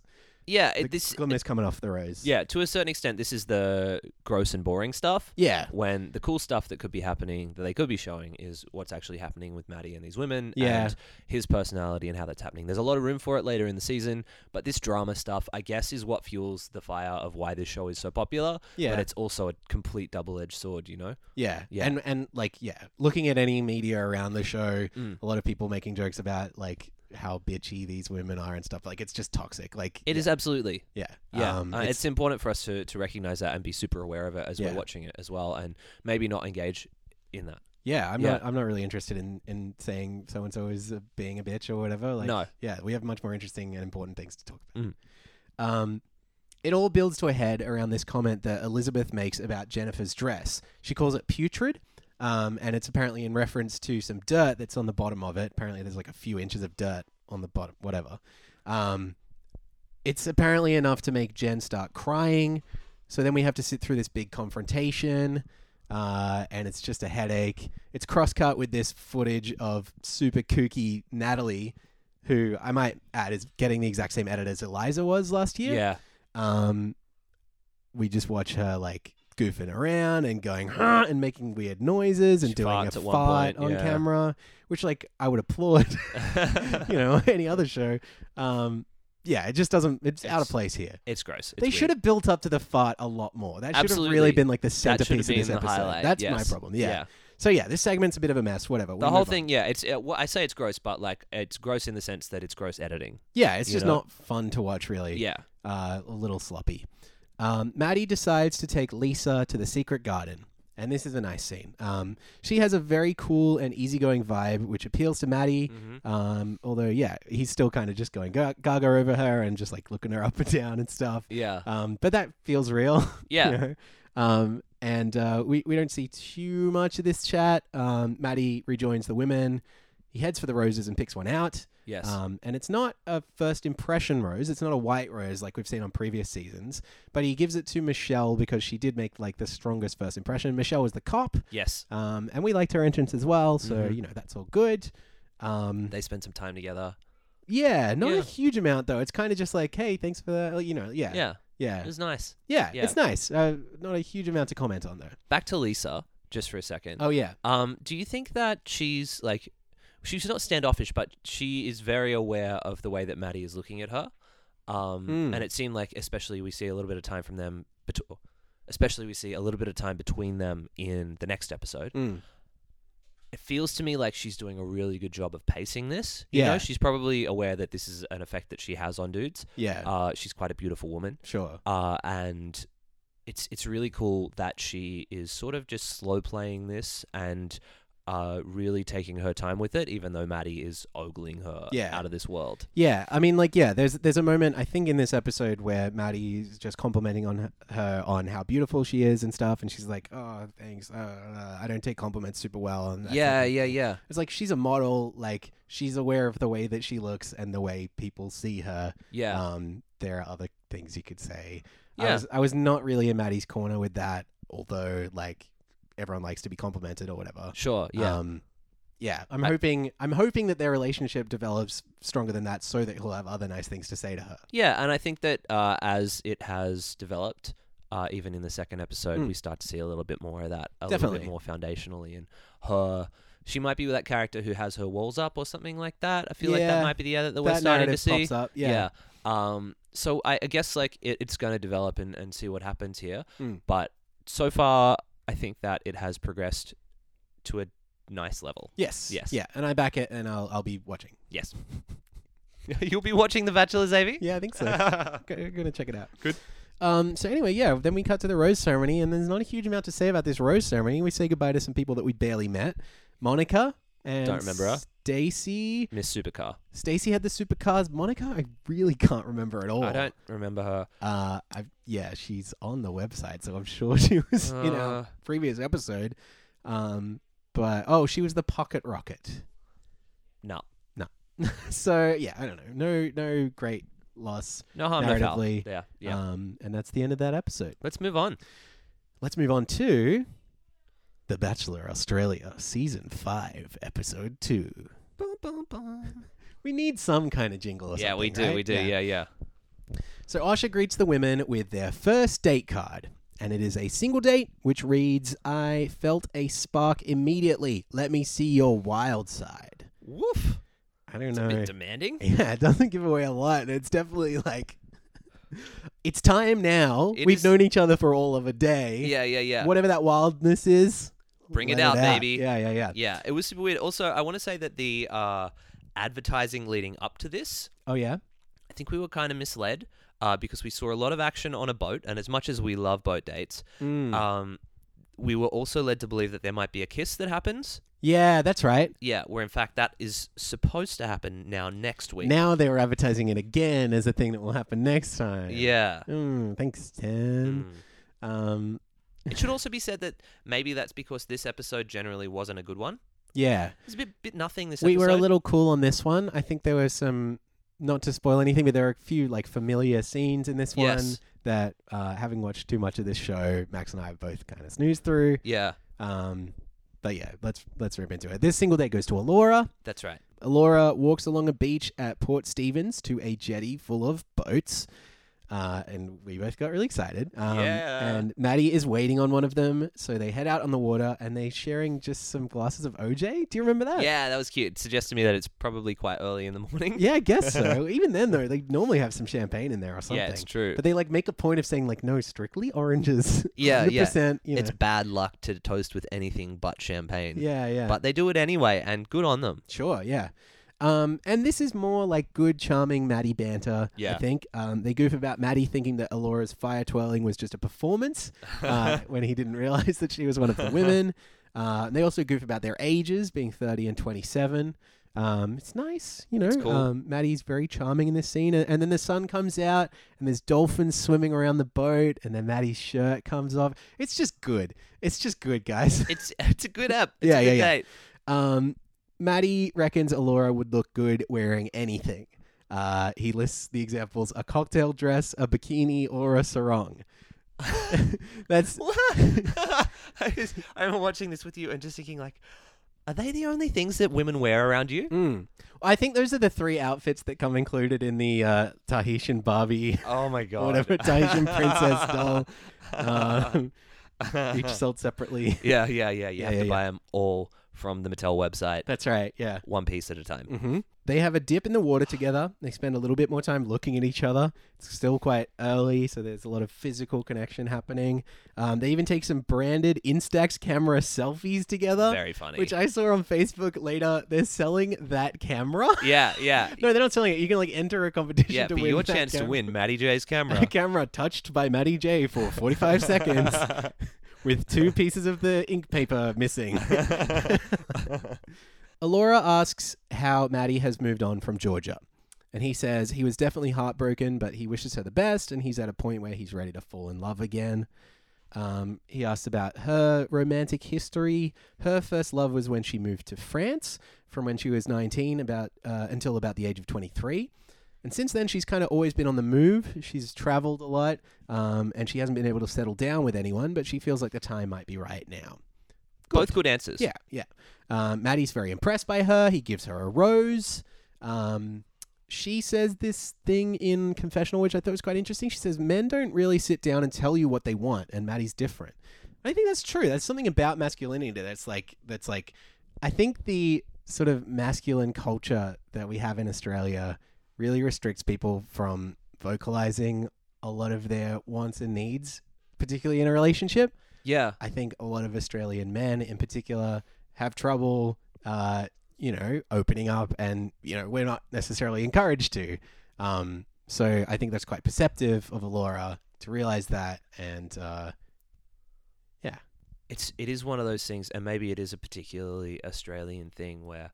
yeah,
The
it, this
glimmer's coming off the rose.
yeah, to a certain extent, this is the gross and boring stuff.
Yeah.
When the cool stuff that could be happening, that they could be showing, is what's actually happening with Maddie and these women,
Yeah.
and his personality and how that's happening. There's a lot of room for it later in the season, but this drama stuff, I guess, is what fuels the fire of why this show is so popular.
Yeah.
But it's also a complete double-edged sword, you know?
Yeah.
Yeah.
And and like yeah, looking at any media around the show,
Mm.
a lot of people making jokes about like how bitchy these women are and stuff. Like it's just toxic. Like
It is absolutely.
yeah.
Yeah,
Um,
uh,
it's-
it's, important for us to, to recognize that and be super aware of it as
Yeah.
we're watching it as well, and maybe not engage in that.
yeah, I'm
yeah.
not I'm not really interested in in saying so and so is uh, being a bitch or whatever. Like
No.
yeah, we have much more interesting and important things to talk about.
Mm.
Um it all builds to a head around this comment that Elizabeth makes about Jennifer's dress. She calls it putrid. Um, and it's apparently in reference to some dirt that's on the bottom of it. Apparently, there's like a few inches of dirt on the bottom, whatever. Um, it's apparently enough to make Jen start crying. So then we have to sit through this big confrontation, uh, and it's just a headache. It's crosscut with this footage of super kooky Natalie, who I might add is getting the exact same edit as Eliza was last year.
yeah.
Um, we just watch her like goofing around and going huh, and making weird noises and
She
doing a
farts at one
fight
point,
on
yeah.
camera, which like I would applaud. you know, any other show. Um, yeah, it just doesn't. It's, out of
It's-
place here.
It's gross. It's
they
weird.
should have built up to the fart a lot more. That should have really
Absolutely.
been like the
That should have
centerpiece of
been
this
the
episode.
highlight,
That's my
yes.
problem. Yeah.
Yeah.
So yeah, this segment's a bit of a mess. Whatever. we
The whole
move on.
thing, yeah, it's uh, well, I say it's gross, but like it's gross in the sense that it's gross editing.
Yeah, it's
you
just
know?
not fun to watch. Really.
Yeah,
Uh, a little sloppy. Um, Maddie decides to take Lisa to the secret garden. And this is a nice scene. Um, she has a very cool and easygoing vibe, which appeals to Maddie. Um, although, yeah, he's still kind of just going ga- gaga over her and just like looking her up and down and stuff.
yeah,
Um, but that feels real. you
Yeah.
know? Um, and uh, we, we don't see too much of this chat. Um, Maddie rejoins the women. He heads for the roses and picks one out.
yes,
Um, and it's not a first impression rose. It's not a white rose like we've seen on previous seasons. But he gives it to Michelle because she did make like the strongest first impression. Michelle was the cop,
yes.
um, and we liked her entrance as well. So
Mm-hmm.
you know that's all good. Um,
They spend some time together.
yeah, not a
Yeah.
huge amount though. It's kind of just like, hey, thanks for that. You know, yeah,
Yeah,
yeah,
it was nice.
yeah,
yeah.
It's nice. Uh, not a huge amount to comment on though.
Back to Lisa, just for a second.
Oh yeah,
Um, do you think that she's like, she's not standoffish, but she is very aware of the way that Maddie is looking at her. Um,
Mm.
and it seemed like, especially, we see a little bit of time from them, bet- especially we see a little bit of time between them in the next episode.
Mm.
it feels to me like she's doing a really good job of pacing this. You
Yeah.
know, she's probably aware that this is an effect that she has on dudes.
yeah,
Uh, she's quite a beautiful woman,
sure.
uh, and it's it's really cool that she is sort of just slow playing this and uh, really taking her time with it, even though Maddie is ogling her
Yeah.
out of this world.
Yeah, I mean, like, yeah, there's there's a moment I think in this episode where Maddie is just complimenting on her, her on how beautiful she is and stuff, and she's like, "Oh, thanks. Uh, uh, I don't take compliments super well." And that
yeah,
sort of-
yeah, yeah.
it's like she's a model. Like, she's aware of the way that she looks and the way people see her.
Yeah.
Um, there are other things you could say. I
Yeah.
was I was not really in Maddie's corner with that, although like everyone likes to be complimented or whatever.
Sure. Yeah.
Um, yeah, I'm hoping I'm hoping that their relationship develops stronger than that, so that he'll have other nice things to say to her.
Yeah, and I think that uh, as it has developed, uh, even in the second episode,
Mm.
we start to see a little bit more of that, a
Definitely.
little bit more foundationally. And her, she might be that character who has her walls up or something like that. I feel like
Yeah,
that might be the other that we're
that
starting to
narrative
see.
pops up. Yeah,
Yeah. Um. So I, I guess like it, it's going to develop and, and see what happens here.
Mm.
But so far, I think that it has progressed to a nice level.
Yes.
Yes.
Yeah, and I back it, and I'll I'll be watching.
Yes. You'll be watching The Bachelor, Xavier.
Yeah, I think so. Go- We're gonna check it out. Good. Um, so anyway, yeah. Then we cut to the rose ceremony, and there's not a huge amount to say about this rose ceremony. We say goodbye to some people that we barely met, Monica and
Don't remember her.
Stacy.
Miss Supercar.
Stacy had the supercars. Monica, I really can't remember at all.
I don't remember her.
Uh, I, yeah, she's on the website, so I'm sure she was in
Uh.
our previous episode. Um, but oh, she was the pocket rocket.
No.
So yeah, I don't know. No, no great loss.
No harm, no foul.
Narratively,
Yeah, yeah.
Um, and that's the end of that episode.
Let's move on.
Let's move on to The Bachelor Australia season five, episode two. We need some kind of jingle. Or
Yeah, we
something,
do,
right?
we do. Yeah, yeah.
So Osha greets the women with their first date card, and it is a single date which reads, "I felt a spark immediately. Let me see your wild side."
Woof.
I don't
A
know.
bit demanding.
Yeah, it doesn't give away a lot. and It's definitely like it's time now.
It
We've
is-
known each other for all of a day.
Yeah, yeah, yeah.
Whatever that wildness is,
Bring it
let
out, baby.
Yeah, yeah, yeah.
Yeah, it was super weird. Also, I want to say that the uh, advertising leading up to this,
Oh yeah.
I think we were kind of misled uh, because we saw a lot of action on a boat. And as much as we love boat dates,
Hmm.
um, we were also led to believe that there might be a kiss that happens.
Yeah, that's right.
Yeah, where in fact that is supposed to happen now next week.
Now they were advertising it again as a thing that will happen next time.
yeah.
Mm, thanks, Tim. Um,
It should also be said that maybe that's because this episode generally wasn't a good one.
yeah,
It's a bit, bit nothing this
we
episode.
were a little cool on this one. I think there were some, not to spoil anything, but there were a few like familiar scenes in this one
Yes.
that, uh, having watched too much of this show, Max and I have both kind of snoozed through.
Yeah,
Um, but yeah, let's let's rip into it. This single date goes to Alora.
that's right.
Alora walks along a beach at Port Stevens to a jetty full of boats. Uh, and we both got really excited. Um,
Yeah.
And Maddie is waiting on one of them. So they head out on the water and they sharing just some glasses of OJ. Do you remember that?
Yeah, that was cute. It suggests to me that it's probably quite early in the morning.
Yeah, I guess so. Even then, though, they normally have some champagne in there or something.
Yeah, it's true.
But they like make a point of saying, like, no, strictly oranges.
Yeah, yeah.
100%, You know.
It's bad luck to toast with anything but champagne.
yeah, yeah.
But they do it anyway, and good on them.
Sure, yeah. Um, and this is more like good, charming Maddie banter, I
Yeah.
think. Um, they goof about Maddie thinking that Alora's fire twirling was just a performance uh, when he didn't realize that she was one of the women. Uh, and they also goof about their ages being 30 and 27. Um, it's nice, you know.
cool.
Um, Maddie's very charming in this scene. And, and then the sun comes out, and there's dolphins swimming around the boat, and then Maddie's shirt comes off. It's just good. It's just good, guys.
It's it's a good app. It's
Yeah,
a
yeah,
good
yeah.
date.
Um, Maddie reckons Alora would look good wearing anything. Uh, he lists the examples: a cocktail dress, a bikini, or a sarong. That's
I, was, I remember watching this with you and just thinking, like, are they the only things that women wear around you?
Mm. I think those are the three outfits that come included in the uh, Tahitian Barbie,
Oh my god!
whatever Tahitian princess doll. Um, each sold separately.
yeah, yeah, yeah. You have
yeah,
to
yeah.
buy them all from the Mattel website,
That's right. Yeah.
one piece at a time.
hmm They have a dip in the water together. They spend a little bit more time looking at each other. It's still quite early, so there's a lot of physical connection happening. Um, they even take some branded Instax camera selfies together,
Very funny.
which I saw on Facebook later. They're selling that camera.
yeah, yeah,
no, they're not selling it. You can like enter a competition
yeah.
to
But
win
your
that
chance to
camera.
win, Maddie J's camera.
A camera touched by Maddie J for 45 seconds with two pieces of the ink paper missing. Alora asks how Maddie has moved on from Georgia. And he says he was definitely heartbroken, but he wishes her the best, and he's at a point where he's ready to fall in love again. Um, he asks about her romantic history. Her first love was when she moved to France from when she was 19 about, uh, until about the age of 23. And since then, she's kind of always been on the move. She's traveled a lot, um, and she hasn't been able to settle down with anyone, but she feels like the time might be right now.
Both good answers.
Yeah, yeah. Um, Maddie's very impressed by her. He gives her a rose. Um, she says this thing in confessional, which I thought was quite interesting. She says men don't really sit down and tell you what they want, and Maddie's different. I think that's true. That's something about masculinity that's like that's like I think the sort of masculine culture that we have in Australia really restricts people from vocalizing a lot of their wants and needs, particularly in a relationship.
yeah.
I think a lot of Australian men in particular have trouble, uh, you know, opening up, and you know, we're not necessarily encouraged to. Um, so I think that's quite perceptive of Alora to realize that, and uh,
it's it is one of those things, and maybe it is a particularly Australian thing where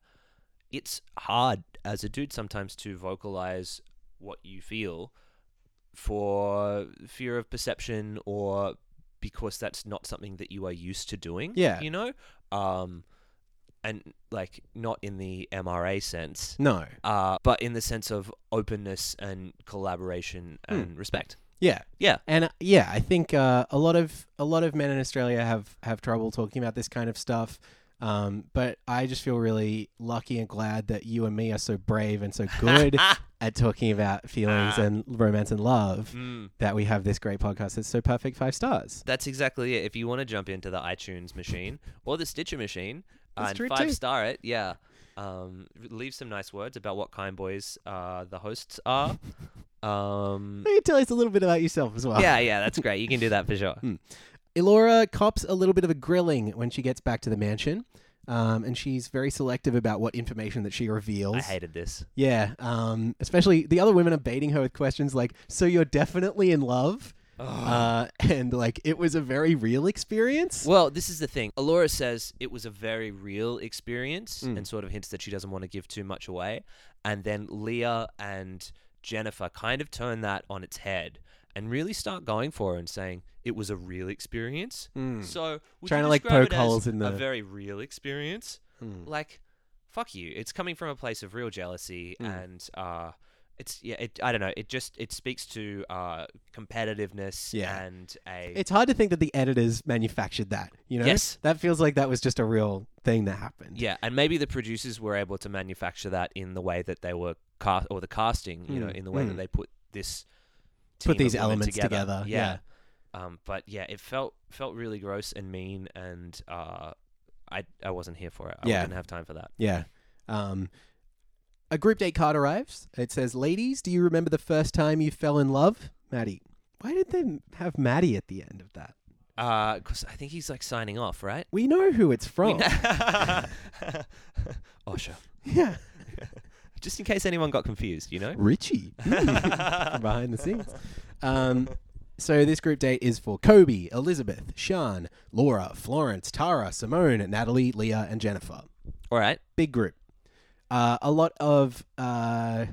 it's hard as a dude sometimes to vocalize what you feel for fear of perception or because that's not something that you are used to doing.
Yeah.
you know, um, and like not in the MRA sense,
no,
uh, but in the sense of openness and collaboration
Hmm.
and respect.
yeah,
Yeah.
and uh, yeah, I think uh, a lot of a lot of men in Australia have have trouble talking about this kind of stuff. Um, but I just feel really lucky and glad that you and me are so brave and so good at talking about feelings and romance and love that we have this great podcast that's so perfect five stars.
That's exactly it. If you want to jump into the iTunes machine or the Stitcher machine
That's
and
true
five
too.
star it, yeah. Um, leave some nice words about what kind boys uh, the hosts are. um,
Maybe tell us a little bit about yourself as well.
yeah, yeah, that's great. You can do that for sure.
Elora cops a little bit of a grilling when she gets back to the mansion. Um, and she's very selective about what information that she reveals.
I hated this.
Yeah, um, especially the other women are baiting her with questions like, "So you're definitely in love," uh, and like it was a very real experience.
Well, this is the thing. Alora says it was a very real experience and sort of hints that she doesn't want to give too much away. And then Leah and Jennifer kind of turn that on its head and really start going for her and saying it was a real experience.
Hmm,
So would
Trying
you
to, like,
describe
poke
it as
holes in the-
a very real experience.
hmm.
Like, fuck you. It's coming from a place of real jealousy
Hmm.
and uh, it's yeah. It, I don't know. It just it speaks to uh, competitiveness
Yeah.
and a
It's hard to think that the editors manufactured that. You know,
Yes.
that feels like that was just a real thing that happened.
Yeah, and maybe the producers were able to manufacture that in the way that they were cast, or the casting, you know,
Mm,
in the way
mm.
that they put this team
put
of
these
women
elements together.
Yeah. Um, but yeah, it felt felt really gross and mean, and uh, I I wasn't here for it. I
Yeah.
didn't have time for that.
yeah, yeah. Um, a group date card arrives. It says, "Ladies, do you remember the first time you fell in love, Maddie?" Why did they have Maddie at the end of that?
Because Uh, I think he's like signing off, right?
We know who it's
We
from.
kn- oh sure.
yeah,
Just in case anyone got confused, you know.
Richie from behind the scenes. Um, so this group date is for Kobe, Elizabeth, Sean, Laura, Florence, Tara, Simone, Natalie, Leah, and Jennifer.
All right.
Big group. Uh, a lot of uh,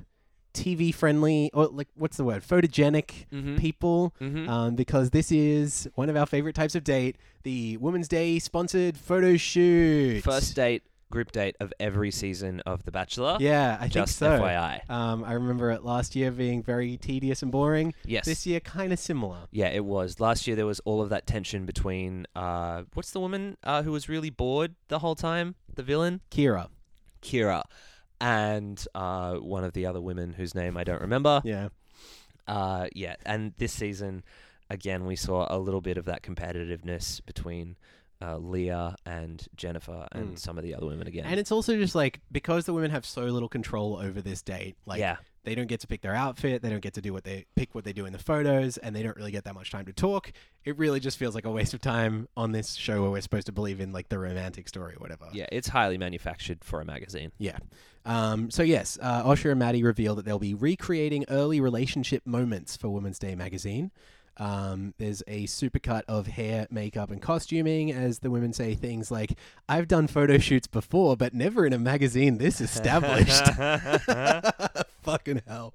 TV friendly, or like what's the word? Photogenic
Mm-hmm.
people, um, because this is one of our favorite types of date: the Women's Day sponsored photo shoot.
First date, group date of every season of The Bachelor.
Yeah, I
Just
think so.
FYI.
Um, I remember it last year being very tedious and boring.
Yes.
This year, kind of similar.
Yeah, it was. Last year there was all of that tension between uh what's the woman uh, who was really bored the whole time? The villain?
Kira.
Kira. And uh, one of the other women whose name I don't remember.
Yeah.
Uh, yeah. And this season, again, we saw a little bit of that competitiveness between uh, Leah and Jennifer and some of the other women again.
Hmm. And it's also just like because the women have so little control over this date, like
Yeah.
they don't get to pick their outfit, they don't get to do what they pick what they do in the photos, and they don't really get that much time to talk. It really just feels like a waste of time on this show where we're supposed to believe in like the romantic story or whatever.
yeah, it's highly manufactured for a magazine.
Yeah. Um, so yes, uh, Osher and Maddie reveal that they'll be recreating early relationship moments for Women's Day magazine. Um, there's a supercut of hair, makeup, and costuming as the women say things like, "I've done photo shoots before, but never in a magazine this established." Fucking hell.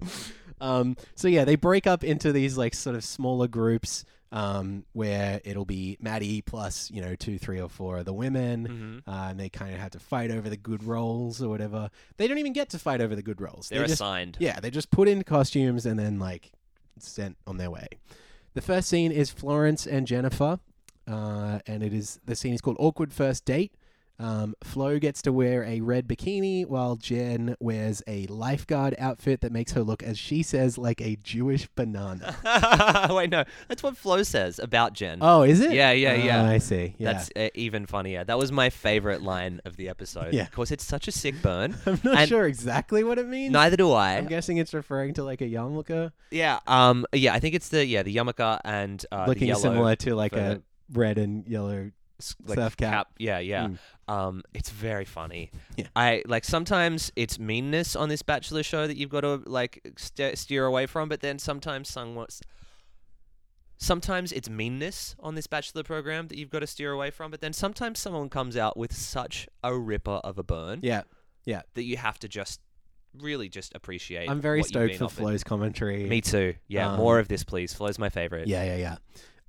Um, so yeah, they break up into these like sort of smaller groups um, where it'll be Maddie plus you know two, three, or four of the women, uh, and they kind of have to fight over the good roles or whatever. They don't even get to fight over the good roles.
They're
they just,
assigned.
yeah, they just put in costumes and then like sent on their way. The first scene is Florence and Jennifer, uh, and it is the scene is called "Awkward First Date." Um, Flo gets to wear a red bikini while Jen wears a lifeguard outfit that makes her look, as she says, like a Jewish banana.
Wait, no. That's what Flo says about Jen.
Oh, is it?
Yeah, yeah,
Oh,
yeah.
I see. Yeah.
That's uh, even funnier. That was my favorite line of the episode.
Yeah.
Of course, it's such a sick burn.
I'm not
and
sure exactly what it means.
Neither do I.
I'm guessing it's referring to like a yarmulke,
yeah. Um. Yeah. I think it's the yeah the yarmulke and uh, the
looking
yellow
similar to like
for
a
the-
red and yellow Hmm.
s-
surf cap.
Yeah. Yeah. Um. It's very funny.
Yeah.
I like sometimes it's meanness on this Bachelor show that you've got to like st- steer away from, but then sometimes somewhat. Sometimes it's meanness on this bachelor program that you've got to steer away from, but then sometimes someone comes out with such a ripper of a burn.
Yeah, yeah.
that you have to just really just appreciate.
I'm very
what you've
stoked
been
for
offered.
Flo's commentary.
Me too. Yeah,
Um,
more of this, please. Flo's my favorite.
Yeah, yeah, yeah.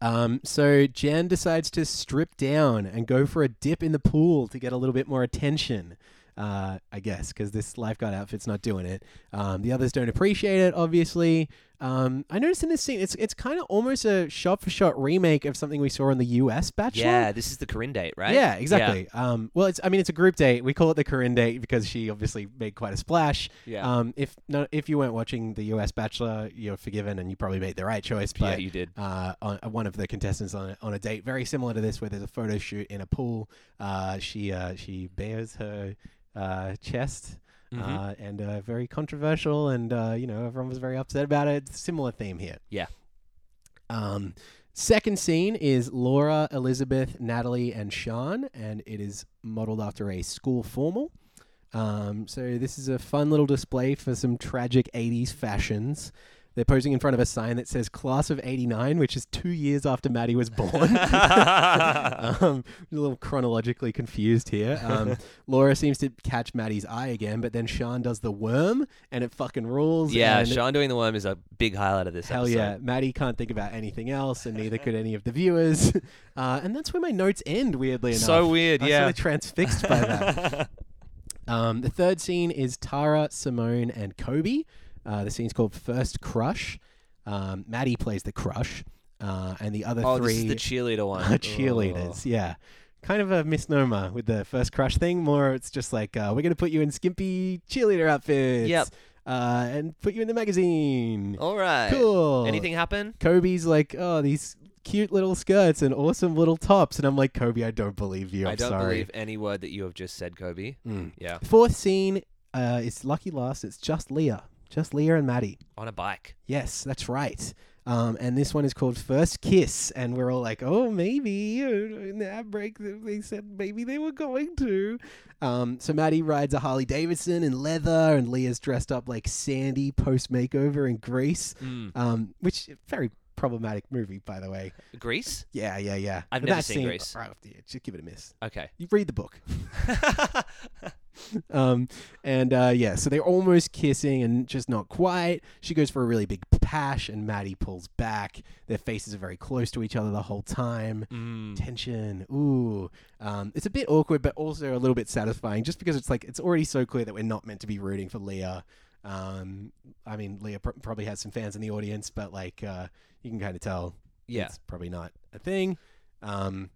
Um, so Jen decides to strip down and go for a dip in the pool to get a little bit more attention. Uh, I guess because this lifeguard outfit's not doing it. Um, the others don't appreciate it, obviously. Um, I noticed in this scene, it's it's kind of almost a shot for shot remake of something we saw in the U.S. Bachelor.
Yeah, this is the Corinne date, right?
Yeah, exactly. Um, well, it's I mean it's a group date. We call it the Corinne date because she obviously made quite a splash.
Yeah.
Um, if no, if you weren't watching the U.S. Bachelor, you're forgiven and you probably made the right choice.
Yeah,
But
you did.
Uh, on, uh, one of the contestants on a, on a date very similar to this, where there's a photo shoot in a pool. Uh, she uh, she bares her uh, chest. Uh,
Mm-hmm.
and uh, very controversial, and uh, you know everyone was very upset about it. Similar theme here.
Yeah.
Um, second scene is Laura, Elizabeth, Natalie, and Sean, and it is modeled after a school formal. Um, so this is a fun little display for some tragic 80s fashions. They're posing in front of a sign that says Class of 89, which is two years after Maddie was born. um, a little chronologically confused here. Um, Laura seems to catch Maddie's eye again, but then Sean does the worm and it fucking rules.
Yeah,
and
Sean doing the worm is a big highlight of this
Hell
episode.
yeah. Maddie can't think about anything else, and neither could any of the viewers. Uh, and that's where my notes end, weirdly enough.
So weird,
I was
yeah.
sort of transfixed by that. Um, the third scene is Tara, Simone, and Kobe. Uh, the scene's called First Crush. Um, Maddie plays the crush, uh, and the other
Oh, this
three
is the Oh. cheerleader one.
are cheerleaders. Yeah. Kind of a misnomer with the first crush thing. More, it's just like, uh, we're going to put you in skimpy cheerleader outfits.
Yep.
Uh, and put you in the magazine.
Oh. All right.
Cool.
Anything happen?
Kobe's like, oh, these cute little skirts and awesome little tops. And I'm like, Kobe, I don't believe you. I'm
I don't
sorry.
believe any word that you have just said, Kobe.
Mm.
Yeah.
Fourth scene, uh, it's Lucky Last. It's just Leah. Just Leah and Maddie.
On a bike.
Yes, that's right. Um, and this one is called First Kiss. And we're all like, oh, maybe. uh, In the ad break, th- they said maybe they were going to. Um, so Maddie rides a Harley Davidson in leather, and Leah's dressed up like Sandy post makeover in Grease,
Mm.
um, which very problematic movie, by the way.
Greece?
Yeah, yeah, yeah.
I've
But
never
that
seen
scene-
Grease.
oh, yeah, just give it a miss.
Okay.
You read the book. Um, and uh, yeah, so they're almost kissing and just not quite. She goes for a really big pash, and Maddie pulls back. Their faces are very close to each other the whole time.
Mm.
Tension. Ooh. Um, it's a bit awkward, but also a little bit satisfying just because it's like, it's already so clear that we're not meant to be rooting for Leah. Um, I mean, Leah pr- probably has some fans in the audience, but like, uh, you can kind of tell
Yeah.
it's probably not a thing. Um,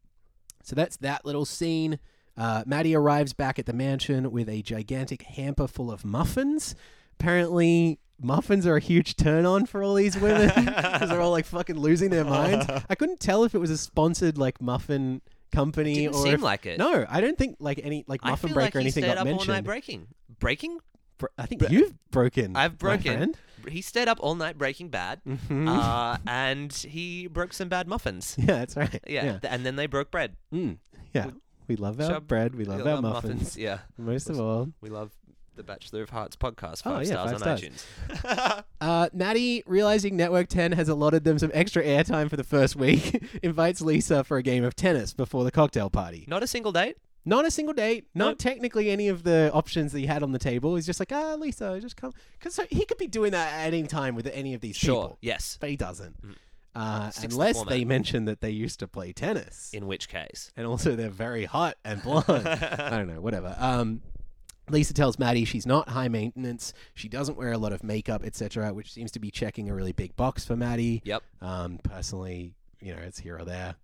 so that's that little scene. Uh, Maddie arrives back at the mansion with a gigantic hamper full of muffins. Apparently, muffins are a huge turn on for all these women because they're all like fucking losing their minds. I couldn't tell if it was a sponsored like muffin company
Didn't
or
seem
if-
like it.
No, I don't think like any like
I
muffin
feel
break
like
or
he
anything
stayed
got
up all night
mentioned.
breaking. Breaking?
Br- I think
Bre-
you've broken.
I've
My
broken.
friend.
He stayed up all night breaking bad,
Mhm.
uh, and he broke some bad muffins.
yeah, that's right.
Yeah,
yeah.
th- and then they broke bread.
Mm. yeah. We love our
Shove-
bread. We love
Yeah,
our muffins.
Yeah,
Most of all,
we love the Bachelor of Hearts podcast.
Oh,
Five
yeah,
stars
five
on
stars.
iTunes.
uh, Maddie, realizing Network 10 has allotted them some extra airtime for the first week, invites Lisa for a game of tennis before the cocktail party.
Not a single date.
Not a single date, not
Nope.
technically any of the options that he had on the table. He's just like, ah, Lisa, just come. Because he could be doing that at any time with any of these
Sure.
people,
Yes.
but he doesn't. Uh,
Sticks to the
unless
format.
they mention that they used to play tennis
In which case,
and also they're very hot and blonde. I don't know, whatever. Um, Lisa tells Maddie she's not high maintenance. She doesn't wear a lot of makeup, etc., which seems to be checking a really big box for Maddie.
yep.
Um, personally, you know, it's here or there.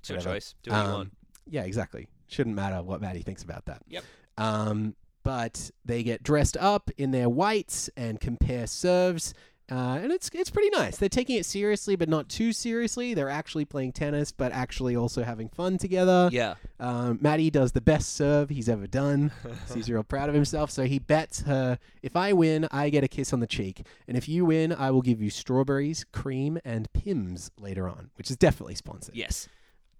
It's your
Whatever.
choice. Do what you
Um,
want.
Yeah, exactly. Shouldn't matter what Maddie thinks about that.
Yep.
Um, but they get dressed up in their whites and compare serves. Uh, and it's it's pretty nice. They're taking it seriously, but not too seriously. They're actually playing tennis, but actually also having fun together.
Yeah.
Um, Maddie does the best serve he's ever done. So he's real proud of himself. So he bets her, if I win, I get a kiss on the cheek. And if you win, I will give you strawberries, cream, and Pims later on, which is definitely sponsored.
Yes.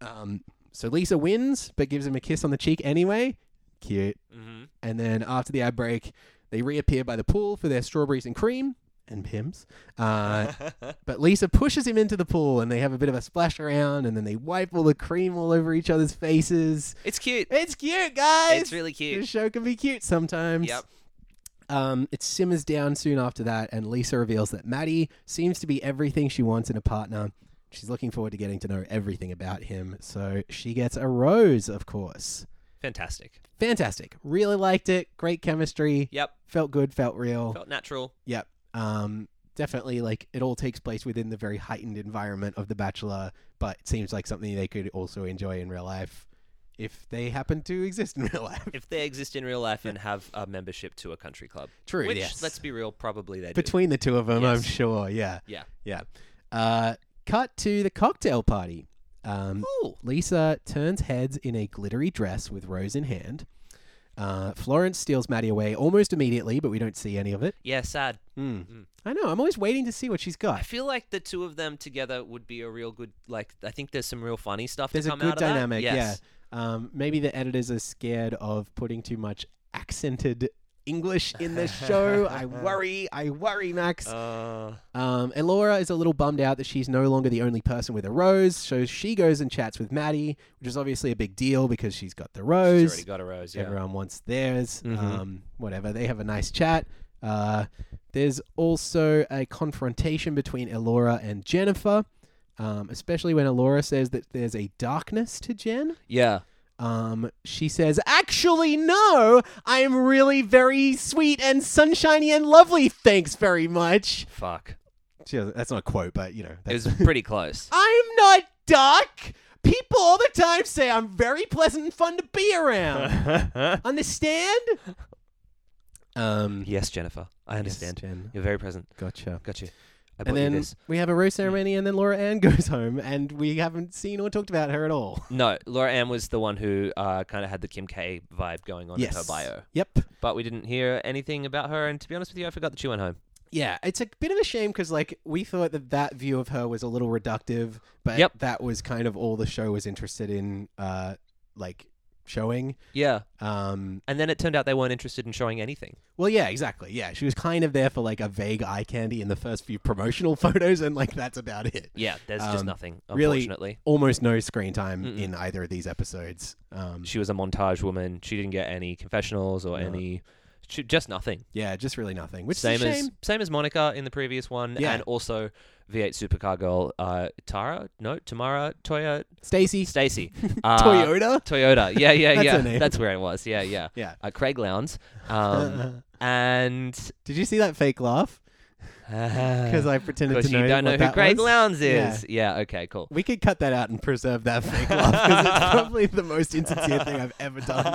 Um, so Lisa wins, but gives him a kiss on the cheek anyway. Cute.
hmm
And then after the ad break, they reappear by the pool for their strawberries and cream and Pims. Uh, but Lisa pushes him into the pool and they have a bit of a splash around and then they wipe all the cream all over each other's faces.
It's cute.
It's cute, guys.
It's really cute.
This show can be cute sometimes.
Yep.
Um, it simmers down soon after that, and Lisa reveals that Maddie seems to be everything she wants in a partner. She's looking forward to getting to know everything about him, so she gets a rose, of course.
Fantastic.
Fantastic. Really liked it. Great chemistry.
Yep.
Felt good, felt real.
Felt natural.
Yep. Um, definitely like it all takes place within the very heightened environment of The Bachelor, but it seems like something they could also enjoy in real life if they happen to exist in real life.
If they exist in real life and have a membership to a country club.
True,
Which,
yes.
let's be real, probably they do.
Between the two of them, I'm
Yes.
sure. Yeah.
Yeah.
Yeah. Uh, cut to the cocktail party. Um,
Ooh.
Lisa turns heads in a glittery dress with rose in hand. Uh, Florence steals Maddie away almost immediately, but we don't see any of it. Hmm.
Yeah, sad.
I know. I'm always waiting to see what she's
I
got.
feel like the two of them together would be a real good, like, I think there's some real funny stuff
There's
to
a
come
good
out of that.
dynamic.
Yes.
Yeah. Um, maybe the editors are scared of putting too much accented English in the show. I worry. I worry, Max.
Uh,
Um, and Laura is a little bummed out that she's no longer the only person with a rose, so she goes and chats with Maddie, which is obviously a big deal because she's got the rose.
Uh, she's already got a rose, yeah. Mm-hmm.
Everyone wants theirs. Um, whatever. They have a nice chat. Uh, there's also a confrontation between Elora and Jennifer, um, especially when Elora says that there's a darkness to Jen.
Yeah.
Um, she says, Actually, no, I am really very sweet and sunshiny and lovely. Thanks very much.
Fuck.
She doesn't, that's not a quote, but you know.
It
That's,
was pretty close.
I'm not dark. People all the time say I'm very pleasant and fun to be around. Understand? Um,
yes, Jennifer. I understand.
Jen.
You're very present.
Gotcha.
Got you. I bought
And
you Hmm.
then
this.
we have a rose ceremony, and then Laura Ann goes home, and we haven't seen or talked about her at all.
No, Laura Ann was the one who uh, kind of had the Kim K vibe going on in her
yes.
bio.
Yep.
But we didn't hear anything about her. And to be honest with you, I forgot that she went home.
Yeah, it's a bit of a shame because like we thought that that view of her was a little reductive, but
Yep.
that was kind of all the show was interested in, uh, like showing.
Yeah.
Um,
And then it turned out they weren't interested in showing anything.
Well, yeah, exactly. Yeah, she was kind of there for like a vague eye candy in the first few promotional photos, and like that's about it.
Yeah, there's just
Um,
nothing,
really-
unfortunately.
Almost no screen time in either of these episodes. Um,
She was a montage woman. She didn't get any confessionals or any. She, just nothing.
yeah, just really nothing. Which
Same
is a shame.
as same as Monica in the previous one,
Yeah.
and also V8 Supercar Girl uh, Tara, no Tamara Toya
Stacy
Stacy uh,
Toyota.
Toyota. Yeah, yeah,
That's
yeah.
her name.
That's where it was. Yeah, yeah.
Yeah.
Uh, Craig Lowndes. Um, and
Did you see that fake laugh? Because
Uh, because
I pretended to know
you don't know
what
who
that
Craig
was.
Lowndes is. Yeah. Okay. Cool.
We could cut that out and preserve that fake laugh because it's probably the most insincere thing I've ever done.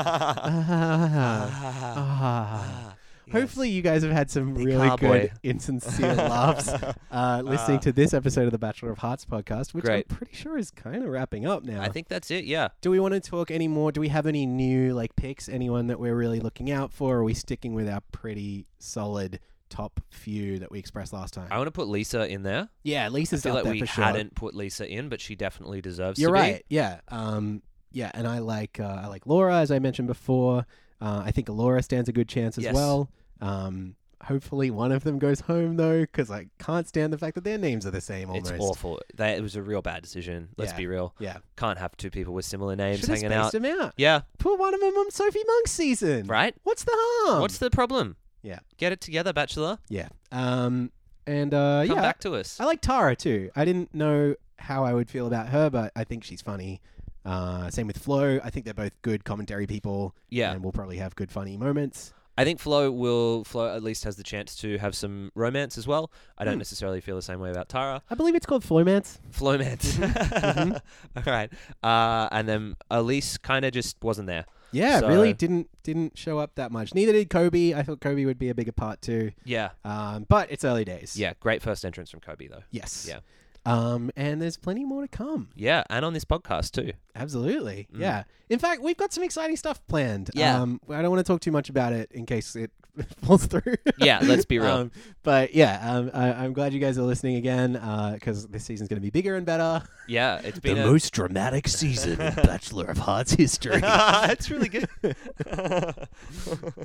Ah. Ah. Hopefully, you guys have had some really
cowboy.
good insincere laughs uh, listening to this episode of the Bachelor of Hearts podcast, which
Great.
I'm pretty sure is kind of wrapping up now.
I think that's it. Yeah.
Do we want to talk any more? Do we have any new like picks? Anyone that we're really looking out for? Or are we sticking with our pretty solid top few that we expressed last time?
I want to put Lisa in there.
yeah, Lisa's
I feel like
up there
we
for sure.
hadn't put Lisa in, but she definitely deserves
You're
to be.
right. Yeah. Um, yeah, and I like uh, I like Laura as I mentioned before. Uh, I think Laura stands a good chance as
Yes.
well. Um, hopefully, one of them goes home though, because I can't stand the fact that their names are the same. Almost.
It's awful. That it was a real bad decision. Let's
Yeah.
be real.
Yeah.
Can't have two people with similar names
Should have
hanging
spaced
out.
them out.
Yeah.
Put one of them on Sophie Monk's season.
Right.
What's the harm?
What's the problem?
Yeah.
Get it together, Bachelor.
yeah. Um, and uh,
Come
yeah,
back to us.
I like Tara too. I didn't know how I would feel about her, but I think she's funny. Uh, same with Flo. I think they're both good commentary people.
Yeah.
and we'll probably have good funny moments.
I think Flo will. Flo at least has the chance to have some romance as well. I don't necessarily feel the same way about Tara.
I believe it's called Flomance.
Flomance. All right. Uh, and then Elise kind of just wasn't there.
Yeah,
So-
really didn't didn't show up that much. Neither did Kobe. I thought Kobe would be a bigger part too.
Yeah.
Um, but it's early days.
Yeah. Great first entrance from Kobe though.
Yes.
Yeah.
Um, and there's plenty more to come.
Yeah, and on this podcast too.
Absolutely. Yeah. In fact, we've got some exciting stuff planned.
Mm. Yeah.
Um, I don't want to talk too much about it in case it falls through.
Yeah, let's be real.
Um, but yeah, um, I, I'm glad you guys are listening again because this season's going to be bigger and better.
Yeah, it's been a-
most dramatic season in Bachelor of Hearts history.
That's really good.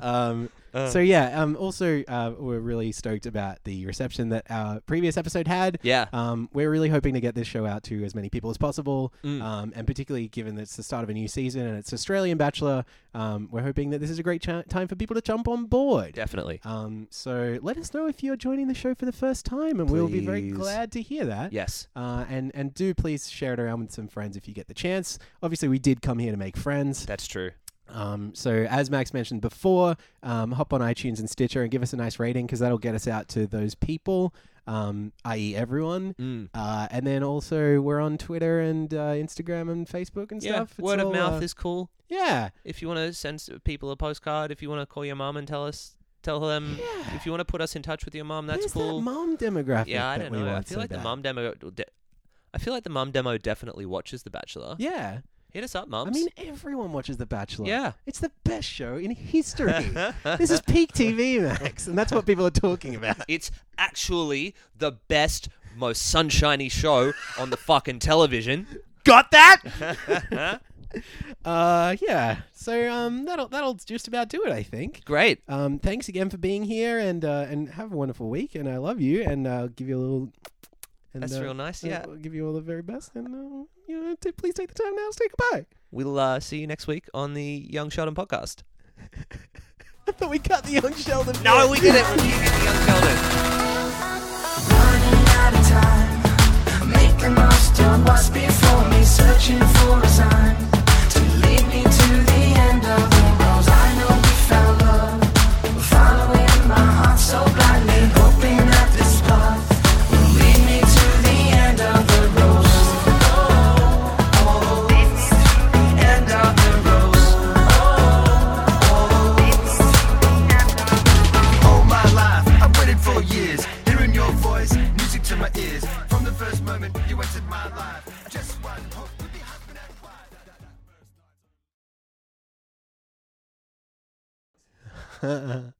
um,
Uh.
so yeah, um, also uh, we're really stoked about the reception that our previous episode had.
Yeah.
Um, we're really hoping to get this show out to as many people as possible,
Mm.
um, and particularly given that it's the start of a new season and it's Australian Bachelor, um, we're hoping that this is a great cha- time for people to jump on board.
Definitely.
Um, so let us know if you're joining the show for the first time, and we'll be very
Please.
glad to hear that.
Yes.
Uh, and and do please share it around with some friends if you get the chance. Obviously, we did come here to make friends.
That's true.
Um, so, as Max mentioned before, um, hop on iTunes and Stitcher and give us a nice rating because that'll get us out to those people, um, i.e., everyone.
Mm.
Uh, and then also, we're on Twitter and uh, Instagram and Facebook and
Yeah,
stuff. It's
word of
all,
mouth
uh,
is cool.
Yeah.
If you want to send s- people a postcard, if you want to call your mum and tell us, tell them.
Yeah.
If you want to put us in touch with your mum, that's
Where's
cool.
That mom demographic.
yeah, I
that
don't
we
know. I
want
feel
so
like the
bad.
mum demo. De- I feel like the mum demo definitely watches The Bachelor.
Yeah.
Hit us up,
I
mums.
mean, everyone watches The Bachelor.
Yeah.
It's the best show in history. this is peak TV, Max, and that's what people are talking about.
It's actually the best, most sunshiny show on the fucking television.
Got that? uh, yeah. So um, that'll that'll just about do it, I think.
Great.
Um, thanks again for being here, and uh, and have a wonderful week. And I love you, and I'll give you a little. And,
That's
uh,
real nice,
I'll-
yeah.
I'll give you all the very best, and uh, you know, t- please take the time now to say goodbye.
We'll uh, see you next week on the Young Sheldon podcast.
I thought we cut the young Sheldon.
No, Oh, we did it. We did the Young Sheldon.
Running out of time, making lost on what's before me, searching for a sign to lead me to the end of the road. I know we found love, following my heart so blindly, hoping that this path will lead me to the end of the road. Oh, end of the road.
all my life. I've waited for years, hearing your voice, music to my ears. From the first moment you entered my life, just one hope would be husband and wife.
it.